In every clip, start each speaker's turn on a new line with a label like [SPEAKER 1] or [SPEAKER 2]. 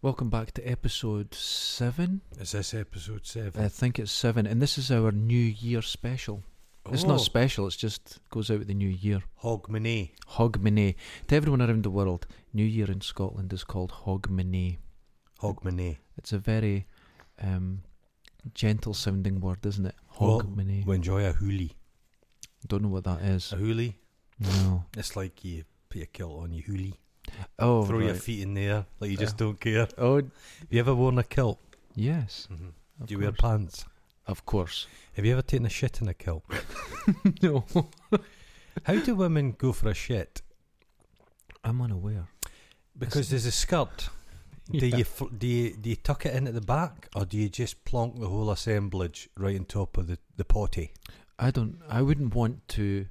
[SPEAKER 1] Welcome back to episode seven.
[SPEAKER 2] Is this episode seven?
[SPEAKER 1] I think it's seven, and this is our New Year special. Uh, It's not
[SPEAKER 2] Oh,
[SPEAKER 1] special; it's just goes out with the New Year.
[SPEAKER 2] Hogmanay.
[SPEAKER 1] Hogmanay to everyone around the world. New Year in Scotland is called Hogmanay.
[SPEAKER 2] Hogmanay.
[SPEAKER 1] It's a very um, gentle-sounding word, isn't it?
[SPEAKER 2] Well,
[SPEAKER 1] Hogmanay.
[SPEAKER 2] We Uh, enjoy a hoolie.
[SPEAKER 1] Don't know what that is.
[SPEAKER 2] A hoolie?
[SPEAKER 1] No.
[SPEAKER 2] It's like you put your kilt on, you hoolie.
[SPEAKER 1] Oh,
[SPEAKER 2] Throw your
[SPEAKER 1] right.
[SPEAKER 2] feet in the air like you just
[SPEAKER 1] Yeah.
[SPEAKER 2] don't care.
[SPEAKER 1] Oh,
[SPEAKER 2] Have you ever worn a kilt?
[SPEAKER 1] yes.
[SPEAKER 2] Mm-hmm.
[SPEAKER 1] of
[SPEAKER 2] Do you wear
[SPEAKER 1] course.
[SPEAKER 2] pants?
[SPEAKER 1] Of course.
[SPEAKER 2] Have you ever taken a shit in a kilt?
[SPEAKER 1] no.
[SPEAKER 2] How do women go for a shit?
[SPEAKER 1] I'm unaware.
[SPEAKER 2] Because there's a skirt. Do
[SPEAKER 1] Yeah.
[SPEAKER 2] you fl- do you do you tuck it in at the back, or do you just plonk the whole assemblage right on top of the, the potty?
[SPEAKER 1] I don't. I wouldn't want to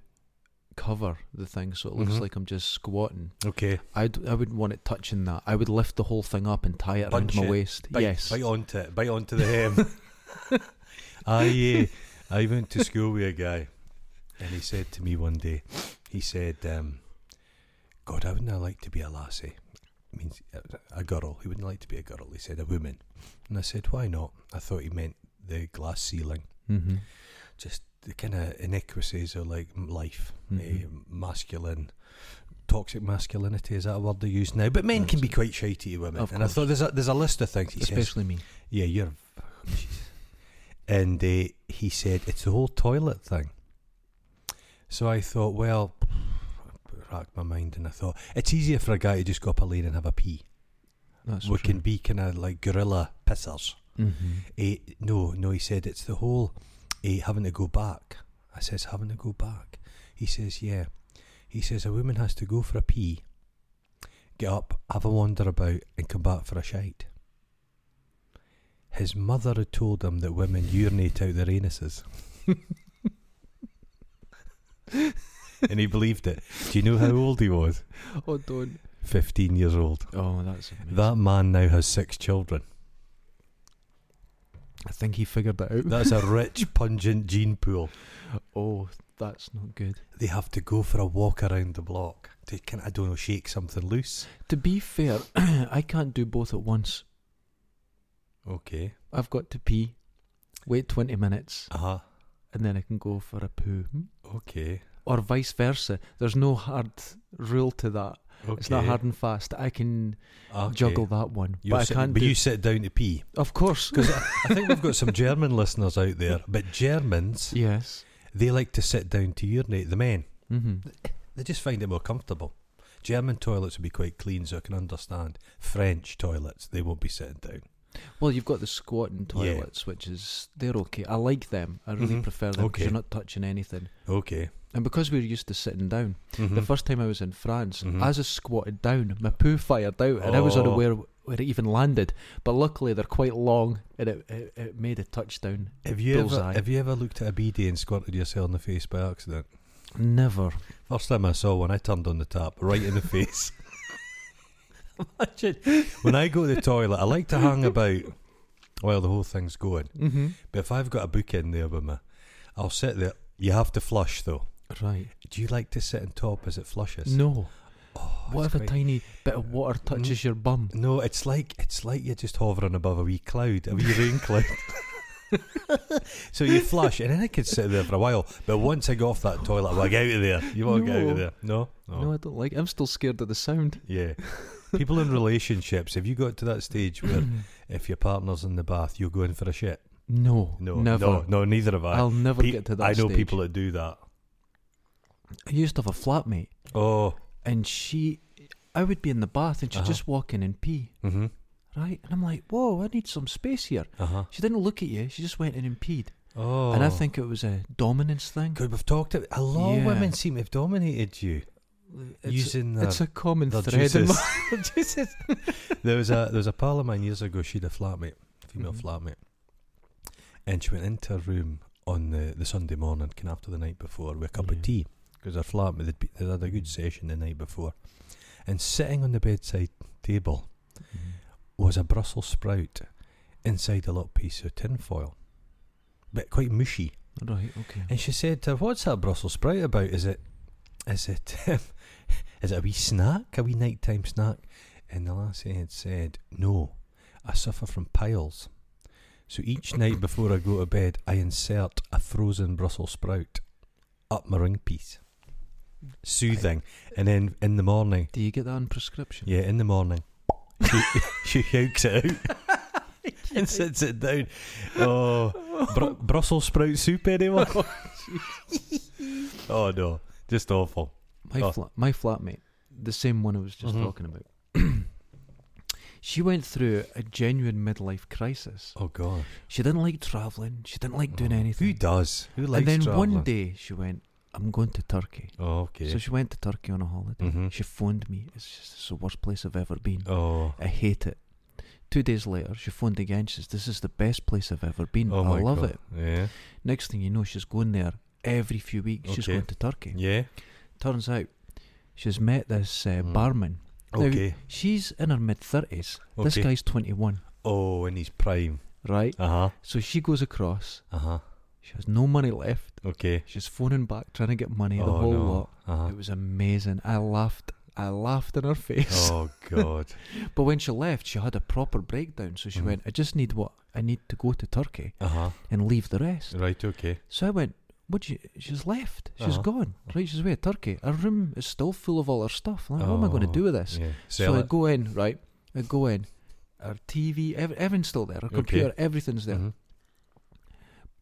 [SPEAKER 1] cover the thing so it looks
[SPEAKER 2] Mhm.
[SPEAKER 1] like I'm just squatting.
[SPEAKER 2] Okay,
[SPEAKER 1] I'd. I wouldn't want it touching that. I would lift the whole thing up and tie it
[SPEAKER 2] Bunch
[SPEAKER 1] around
[SPEAKER 2] it.
[SPEAKER 1] my waist.
[SPEAKER 2] bite,
[SPEAKER 1] yes.
[SPEAKER 2] bite onto it, bite onto the hem. I uh, I went to school with a guy, and he said to me one day, he said, um, "God, I wouldn't like to be a lassie." It means uh, a- a girl. He wouldn't like to be a girl. He said a woman, and I said, "Why not?" I thought he meant the glass ceiling.
[SPEAKER 1] Mm-hmm.
[SPEAKER 2] just the kind of inequities of like m- life,
[SPEAKER 1] Mhm.
[SPEAKER 2] eh, masculine, toxic masculinity. Is that a word they use now? But men can be quite shitey to women,
[SPEAKER 1] Of
[SPEAKER 2] and I thought there's a there's a list of things. He says,
[SPEAKER 1] Especially me.
[SPEAKER 2] "Yeah, you're," a f- jeez." and uh, he said it's the whole toilet thing. So I thought, well, I racked my mind, and I thought it's easier for a guy to just go up a lane and have a pee.
[SPEAKER 1] That's
[SPEAKER 2] we can be kind of like gorilla pissers.
[SPEAKER 1] Mm-hmm.
[SPEAKER 2] Eh, no, no, he said it's the whole eh, having to go back. I says, having to go back. He says, yeah. He says, a woman has to go for a pee, get up, have a wander about, and come back for a shite. His mother had told him that women urinate out their anuses. and he believed it. Do you know how old he was?
[SPEAKER 1] Oh, don't.
[SPEAKER 2] 15 years old.
[SPEAKER 1] Oh, that's amazing.
[SPEAKER 2] That man now has six children.
[SPEAKER 1] I think he figured that out.
[SPEAKER 2] That's a rich, pungent gene pool.
[SPEAKER 1] oh, that's not good.
[SPEAKER 2] they have to go for a walk around the block to can I don't know shake something loose.
[SPEAKER 1] To be fair, I can't do both at once.
[SPEAKER 2] Okay.
[SPEAKER 1] I've got to pee, wait 20 minutes,
[SPEAKER 2] Uh huh.
[SPEAKER 1] and then I can go for a poo. Hmm?
[SPEAKER 2] Okay.
[SPEAKER 1] Or vice versa. There's no hard rule to that.
[SPEAKER 2] Okay.
[SPEAKER 1] It's not hard and fast. I can
[SPEAKER 2] Okay.
[SPEAKER 1] juggle that one.
[SPEAKER 2] You'll
[SPEAKER 1] but
[SPEAKER 2] sit-
[SPEAKER 1] I can't
[SPEAKER 2] but
[SPEAKER 1] do.
[SPEAKER 2] you sit down to pee
[SPEAKER 1] of course.
[SPEAKER 2] because I, I think we've got some German listeners out there. But Germans,
[SPEAKER 1] yes.
[SPEAKER 2] they like to sit down to urinate. The men,
[SPEAKER 1] Mm-hmm.
[SPEAKER 2] they just find it more comfortable. German toilets would be quite clean, so I can understand. French toilets, they won't be sitting down.
[SPEAKER 1] Well, you've got the squatting
[SPEAKER 2] Yeah.
[SPEAKER 1] toilets, which is they're okay. I like them. I really
[SPEAKER 2] Mhm.
[SPEAKER 1] prefer them because
[SPEAKER 2] Okay.
[SPEAKER 1] you're not touching anything.
[SPEAKER 2] Okay.
[SPEAKER 1] And because we're used to sitting down, the
[SPEAKER 2] Mhm.
[SPEAKER 1] first time I was in France,
[SPEAKER 2] Mhm.
[SPEAKER 1] as I squatted down, my poo fired out, and I was
[SPEAKER 2] Oh.
[SPEAKER 1] unaware where it even landed. But luckily, they're quite long, and it, it, it made a touchdown.
[SPEAKER 2] have you ever
[SPEAKER 1] bullseye.
[SPEAKER 2] have you ever looked at a BD and squirted yourself in the face by accident?
[SPEAKER 1] Never.
[SPEAKER 2] First time I saw one, I turned on the tap right in the face. Imagine when I go to the toilet, I like to hang about while the whole thing's going.
[SPEAKER 1] Mm-hmm.
[SPEAKER 2] But if I've got a book in there with me, I'll sit there. You have to flush though.
[SPEAKER 1] Right.
[SPEAKER 2] Do you like to sit on top as it flushes?
[SPEAKER 1] No.
[SPEAKER 2] Oh,
[SPEAKER 1] What if
[SPEAKER 2] it's
[SPEAKER 1] a
[SPEAKER 2] quite-
[SPEAKER 1] tiny bit of water touches your bum?
[SPEAKER 2] No, it's like it's like you're just hovering above a wee cloud, a wee rain cloud. so you flush, and then I could sit there for a while. But once I go off that toilet, I want to get out of there. You want to get out of
[SPEAKER 1] No.
[SPEAKER 2] there? No,
[SPEAKER 1] No, I don't like. I'm still scared of the sound.
[SPEAKER 2] Yeah. People in relationships, have you got to that stage where if your partner's in the bath, you're going for a shit?
[SPEAKER 1] No,
[SPEAKER 2] No,
[SPEAKER 1] never.
[SPEAKER 2] no, no, neither have I.
[SPEAKER 1] I'll never
[SPEAKER 2] Pe-
[SPEAKER 1] get to that.
[SPEAKER 2] I know
[SPEAKER 1] stage.
[SPEAKER 2] people that do that.
[SPEAKER 1] I used to have a flatmate,
[SPEAKER 2] Oh,
[SPEAKER 1] and she, I would be in the bath, and she'd
[SPEAKER 2] Uh-huh.
[SPEAKER 1] just walk in and pee,
[SPEAKER 2] mm-hmm.
[SPEAKER 1] right? And I'm like, whoa, I need some space here.
[SPEAKER 2] uh huh.
[SPEAKER 1] She didn't look at you. She just went in and peed,
[SPEAKER 2] Oh,
[SPEAKER 1] and I think it was a dominance thing.
[SPEAKER 2] could we've talked about a lot of
[SPEAKER 1] Yeah.
[SPEAKER 2] women seem to have dominated you
[SPEAKER 1] It's,
[SPEAKER 2] using their,
[SPEAKER 1] it's a common
[SPEAKER 2] their
[SPEAKER 1] thread in
[SPEAKER 2] juices.
[SPEAKER 1] my juices.
[SPEAKER 2] there was a there was a pal of mine years ago. She had a flatmate, female
[SPEAKER 1] Mhm.
[SPEAKER 2] flatmate, and she went into her room on the, the Sunday morning, kind of after the night before, with a cup
[SPEAKER 1] Yeah. Mm.
[SPEAKER 2] of tea because her flatmate they'd, be, they'd had a good session the night before, and sitting on the bedside table
[SPEAKER 1] Mm.
[SPEAKER 2] was a Brussels sprout inside a little piece of tinfoil, but quite mushy.
[SPEAKER 1] Right. Okay.
[SPEAKER 2] And she said to her, "What's that Brussels sprout about? Is it, is it, um, is it a wee snack, a wee nighttime snack?" And the lassie had said, "No, I suffer from piles. So each night before I go to bed, I insert a frozen Brussels sprout up my ring piece. Soothing. And then in the morning,
[SPEAKER 1] Do you get that on prescription?
[SPEAKER 2] yeah, in the morning, she, she yokes it out and sits it down. Oh, Bru- Brussels sprout soup, anyone? oh, no. Just awful.
[SPEAKER 1] My
[SPEAKER 2] Oh.
[SPEAKER 1] fla- my flatmate, the same one I was just
[SPEAKER 2] Mhm.
[SPEAKER 1] talking about. she went through a genuine midlife crisis.
[SPEAKER 2] Oh, gosh.
[SPEAKER 1] She didn't like traveling. She didn't like doing
[SPEAKER 2] Oh,
[SPEAKER 1] anything.
[SPEAKER 2] Who does? Who likes
[SPEAKER 1] and then
[SPEAKER 2] travelling?
[SPEAKER 1] one day she went, "I'm going to Turkey."
[SPEAKER 2] Oh, okay.
[SPEAKER 1] So she went to Turkey on a holiday.
[SPEAKER 2] Mhm.
[SPEAKER 1] She phoned me. It's just it's the worst place I've ever been.
[SPEAKER 2] oh,
[SPEAKER 1] I hate it. Two days later, she phoned again. She says, "This is the best place I've ever been.
[SPEAKER 2] oh
[SPEAKER 1] I
[SPEAKER 2] my
[SPEAKER 1] love
[SPEAKER 2] God.
[SPEAKER 1] it."
[SPEAKER 2] Yeah.
[SPEAKER 1] Next thing you know, she's going there every few weeks. She's
[SPEAKER 2] Okay.
[SPEAKER 1] going to Turkey.
[SPEAKER 2] Yeah.
[SPEAKER 1] Turns out, she's met this uh,
[SPEAKER 2] Mm.
[SPEAKER 1] barman. Now,
[SPEAKER 2] Okay.
[SPEAKER 1] She's in her mid thirties. This
[SPEAKER 2] Okay.
[SPEAKER 1] guy's twenty-one,
[SPEAKER 2] Oh, in his prime.
[SPEAKER 1] right?
[SPEAKER 2] Uh huh.
[SPEAKER 1] So she goes across.
[SPEAKER 2] Uh huh.
[SPEAKER 1] She has no money left.
[SPEAKER 2] Okay.
[SPEAKER 1] She's phoning back, trying to get money. the
[SPEAKER 2] oh,
[SPEAKER 1] whole
[SPEAKER 2] no.
[SPEAKER 1] lot.
[SPEAKER 2] Uh-huh.
[SPEAKER 1] It was amazing. I laughed. I laughed in her face.
[SPEAKER 2] Oh God.
[SPEAKER 1] But when she left, she had a proper breakdown. So she
[SPEAKER 2] Mhm.
[SPEAKER 1] went, "I just need what I need to go to Turkey
[SPEAKER 2] uh huh.
[SPEAKER 1] and leave the rest."
[SPEAKER 2] Right. Okay.
[SPEAKER 1] So I went, "What? You, she's left. She's
[SPEAKER 2] Uh-huh.
[SPEAKER 1] gone. Right? She's away at Turkey. Her room is still full of all her stuff. Like, what am I going to
[SPEAKER 2] Oh,
[SPEAKER 1] do with this?"
[SPEAKER 2] Yeah.
[SPEAKER 1] So
[SPEAKER 2] Sell
[SPEAKER 1] I
[SPEAKER 2] it.
[SPEAKER 1] go in, right? I go in. Her TV, ev- everything's still there. Her computer, everything's there.
[SPEAKER 2] Mhm. Mm-hmm.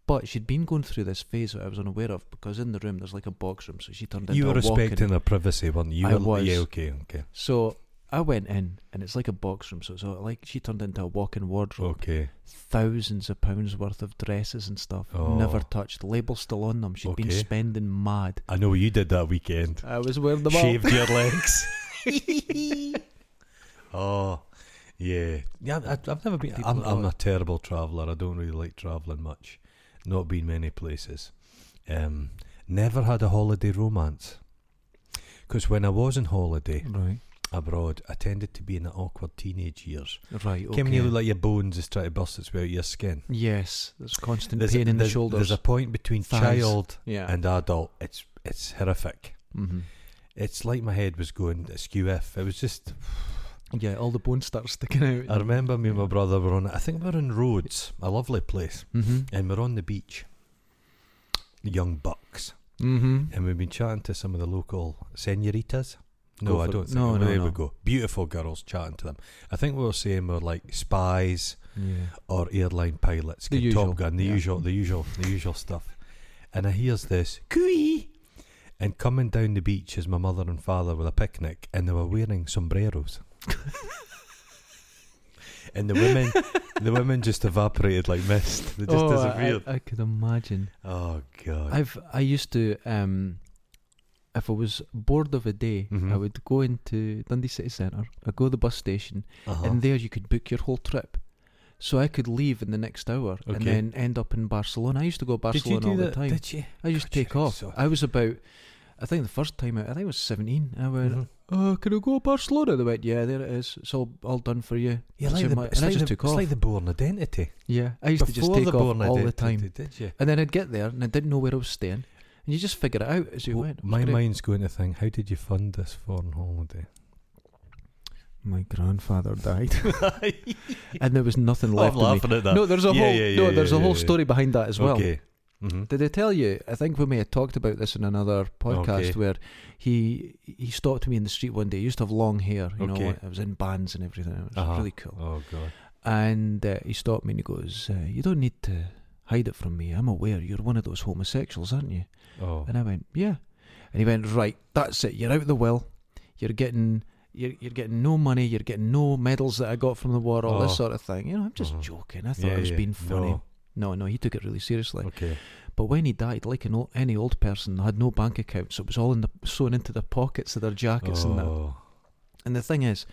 [SPEAKER 1] But she'd been going through this phase that I was unaware of because in the room there's like a box room, so she turned into
[SPEAKER 2] You were
[SPEAKER 1] a walk-in.
[SPEAKER 2] respecting their privacy, weren't you? You
[SPEAKER 1] I
[SPEAKER 2] were,
[SPEAKER 1] was.
[SPEAKER 2] Yeah. Okay. Okay.
[SPEAKER 1] So I went in, and it's like a box room. So, so like she turned into a walk-in wardrobe.
[SPEAKER 2] Okay.
[SPEAKER 1] Thousands of pounds worth of dresses and stuff, never
[SPEAKER 2] Oh. Oh.
[SPEAKER 1] touched. Labels still on them. she had been
[SPEAKER 2] Okay.
[SPEAKER 1] spending mad.
[SPEAKER 2] I know what you did that weekend.
[SPEAKER 1] I was wearing them all.
[SPEAKER 2] Shaved your legs. oh. Yeah. Yeah. I, I've never been.
[SPEAKER 1] People
[SPEAKER 2] I'm,
[SPEAKER 1] are
[SPEAKER 2] I'm a
[SPEAKER 1] like-
[SPEAKER 2] terrible traveller. I don't really like travelling much. Not been many places. Um. Never had a holiday romance. Because when I was on holiday,
[SPEAKER 1] Right,
[SPEAKER 2] abroad, I tended to be in the awkward teenage years.
[SPEAKER 1] right, okay.
[SPEAKER 2] Can you look like your bones is trying to burst its way out of your skin?
[SPEAKER 1] yes, there's constant
[SPEAKER 2] There's,
[SPEAKER 1] pain in the
[SPEAKER 2] there's-
[SPEAKER 1] shoulders.
[SPEAKER 2] There's a point between
[SPEAKER 1] thighs.
[SPEAKER 2] child
[SPEAKER 1] yeah.
[SPEAKER 2] and adult. It's it's horrific.
[SPEAKER 1] mm-hmm.
[SPEAKER 2] It's like my head was going askew. If it was just,
[SPEAKER 1] Yeah, all the bones start sticking out.
[SPEAKER 2] I remember me and my brother were on. I think we were in Rhodes, a lovely place,
[SPEAKER 1] mm-hmm.
[SPEAKER 2] and we're on the beach. Young bucks,
[SPEAKER 1] Mm-hmm.
[SPEAKER 2] and we've been chatting to some of the local senoritas.
[SPEAKER 1] Go
[SPEAKER 2] No, I
[SPEAKER 1] for it.
[SPEAKER 2] don't. Think
[SPEAKER 1] No,
[SPEAKER 2] well,
[SPEAKER 1] no,
[SPEAKER 2] There
[SPEAKER 1] no.
[SPEAKER 2] we go. Beautiful girls chatting to them. I think we were saying we're like spies.
[SPEAKER 1] Yeah.
[SPEAKER 2] or airline pilots,
[SPEAKER 1] The
[SPEAKER 2] get
[SPEAKER 1] usual,
[SPEAKER 2] Top Gun, the
[SPEAKER 1] yeah.
[SPEAKER 2] usual, the usual, the usual stuff. And I hears this cooey, and coming down the beach is my mother and father with a picnic, and they were wearing sombreros. and the women, the women just evaporated like mist. They just
[SPEAKER 1] oh, I-
[SPEAKER 2] disappeared.
[SPEAKER 1] I, I could imagine.
[SPEAKER 2] oh god.
[SPEAKER 1] I've I used to um, if I was bored of a day,
[SPEAKER 2] Mhm.
[SPEAKER 1] I would go into Dundee City Centre. I'd go to the bus station,
[SPEAKER 2] uh-huh.
[SPEAKER 1] and there you could book your whole trip. So I could leave in the next hour and
[SPEAKER 2] Okay.
[SPEAKER 1] then end up in Barcelona. I used to go to
[SPEAKER 2] Did you
[SPEAKER 1] Barcelona
[SPEAKER 2] do
[SPEAKER 1] all
[SPEAKER 2] that?
[SPEAKER 1] the time.
[SPEAKER 2] Did you?
[SPEAKER 1] I used
[SPEAKER 2] God,
[SPEAKER 1] to
[SPEAKER 2] you're
[SPEAKER 1] take off.
[SPEAKER 2] so-
[SPEAKER 1] I was about, I think the first time out, I think I was 17. I went,
[SPEAKER 2] Mhm.
[SPEAKER 1] oh, can I go to Barcelona? They went, yeah, there it is. It's all, all done for you.
[SPEAKER 2] You're like
[SPEAKER 1] So
[SPEAKER 2] the,
[SPEAKER 1] my-
[SPEAKER 2] it's,
[SPEAKER 1] and I
[SPEAKER 2] like
[SPEAKER 1] just
[SPEAKER 2] the,
[SPEAKER 1] took
[SPEAKER 2] it's
[SPEAKER 1] off.
[SPEAKER 2] like the born identity.
[SPEAKER 1] Yeah, I used to just
[SPEAKER 2] Before
[SPEAKER 1] take
[SPEAKER 2] the
[SPEAKER 1] off
[SPEAKER 2] born
[SPEAKER 1] all the
[SPEAKER 2] identity,
[SPEAKER 1] time.
[SPEAKER 2] did you?
[SPEAKER 1] And then I'd get there and I didn't know where I was staying. And you just figure it out as you
[SPEAKER 2] Well,
[SPEAKER 1] went. It was
[SPEAKER 2] My
[SPEAKER 1] great.
[SPEAKER 2] mind's going to think, how did you fund this foreign holiday?
[SPEAKER 1] My grandfather died. and there was nothing left of
[SPEAKER 2] I'm
[SPEAKER 1] me.
[SPEAKER 2] laughing at that.
[SPEAKER 1] No, there's a
[SPEAKER 2] Yeah,
[SPEAKER 1] whole
[SPEAKER 2] yeah,
[SPEAKER 1] no,
[SPEAKER 2] yeah,
[SPEAKER 1] there's a
[SPEAKER 2] yeah,
[SPEAKER 1] whole
[SPEAKER 2] yeah.
[SPEAKER 1] story behind that as well.
[SPEAKER 2] Okay. Mm-hmm.
[SPEAKER 1] Did I tell you? I think we may have talked about this in another podcast
[SPEAKER 2] Okay.
[SPEAKER 1] where he he stopped me in the street one day. He used to have long hair, you know.
[SPEAKER 2] Okay.
[SPEAKER 1] I was in bands and everything. It was
[SPEAKER 2] Uh-huh.
[SPEAKER 1] really cool.
[SPEAKER 2] Oh god.
[SPEAKER 1] And uh, he stopped me and he goes, uh, "You don't need to hide it from me. I'm aware you're one of those homosexuals, aren't you?"
[SPEAKER 2] Oh.
[SPEAKER 1] And I went, yeah. And he went, right, that's it. You're out of the will. You're getting you're, you're getting no money. You're getting no medals that I got from the war. All
[SPEAKER 2] Oh.
[SPEAKER 1] this sort of thing. You know, I'm just
[SPEAKER 2] Uh-huh.
[SPEAKER 1] joking. I thought I was being funny. No. no, he took it really seriously.
[SPEAKER 2] Oh, Okay.
[SPEAKER 1] But when he died, like an old, any old person, had no bank account, so it was all in the sewn into the pockets of their jackets and that.
[SPEAKER 2] Oh.
[SPEAKER 1] And the thing is.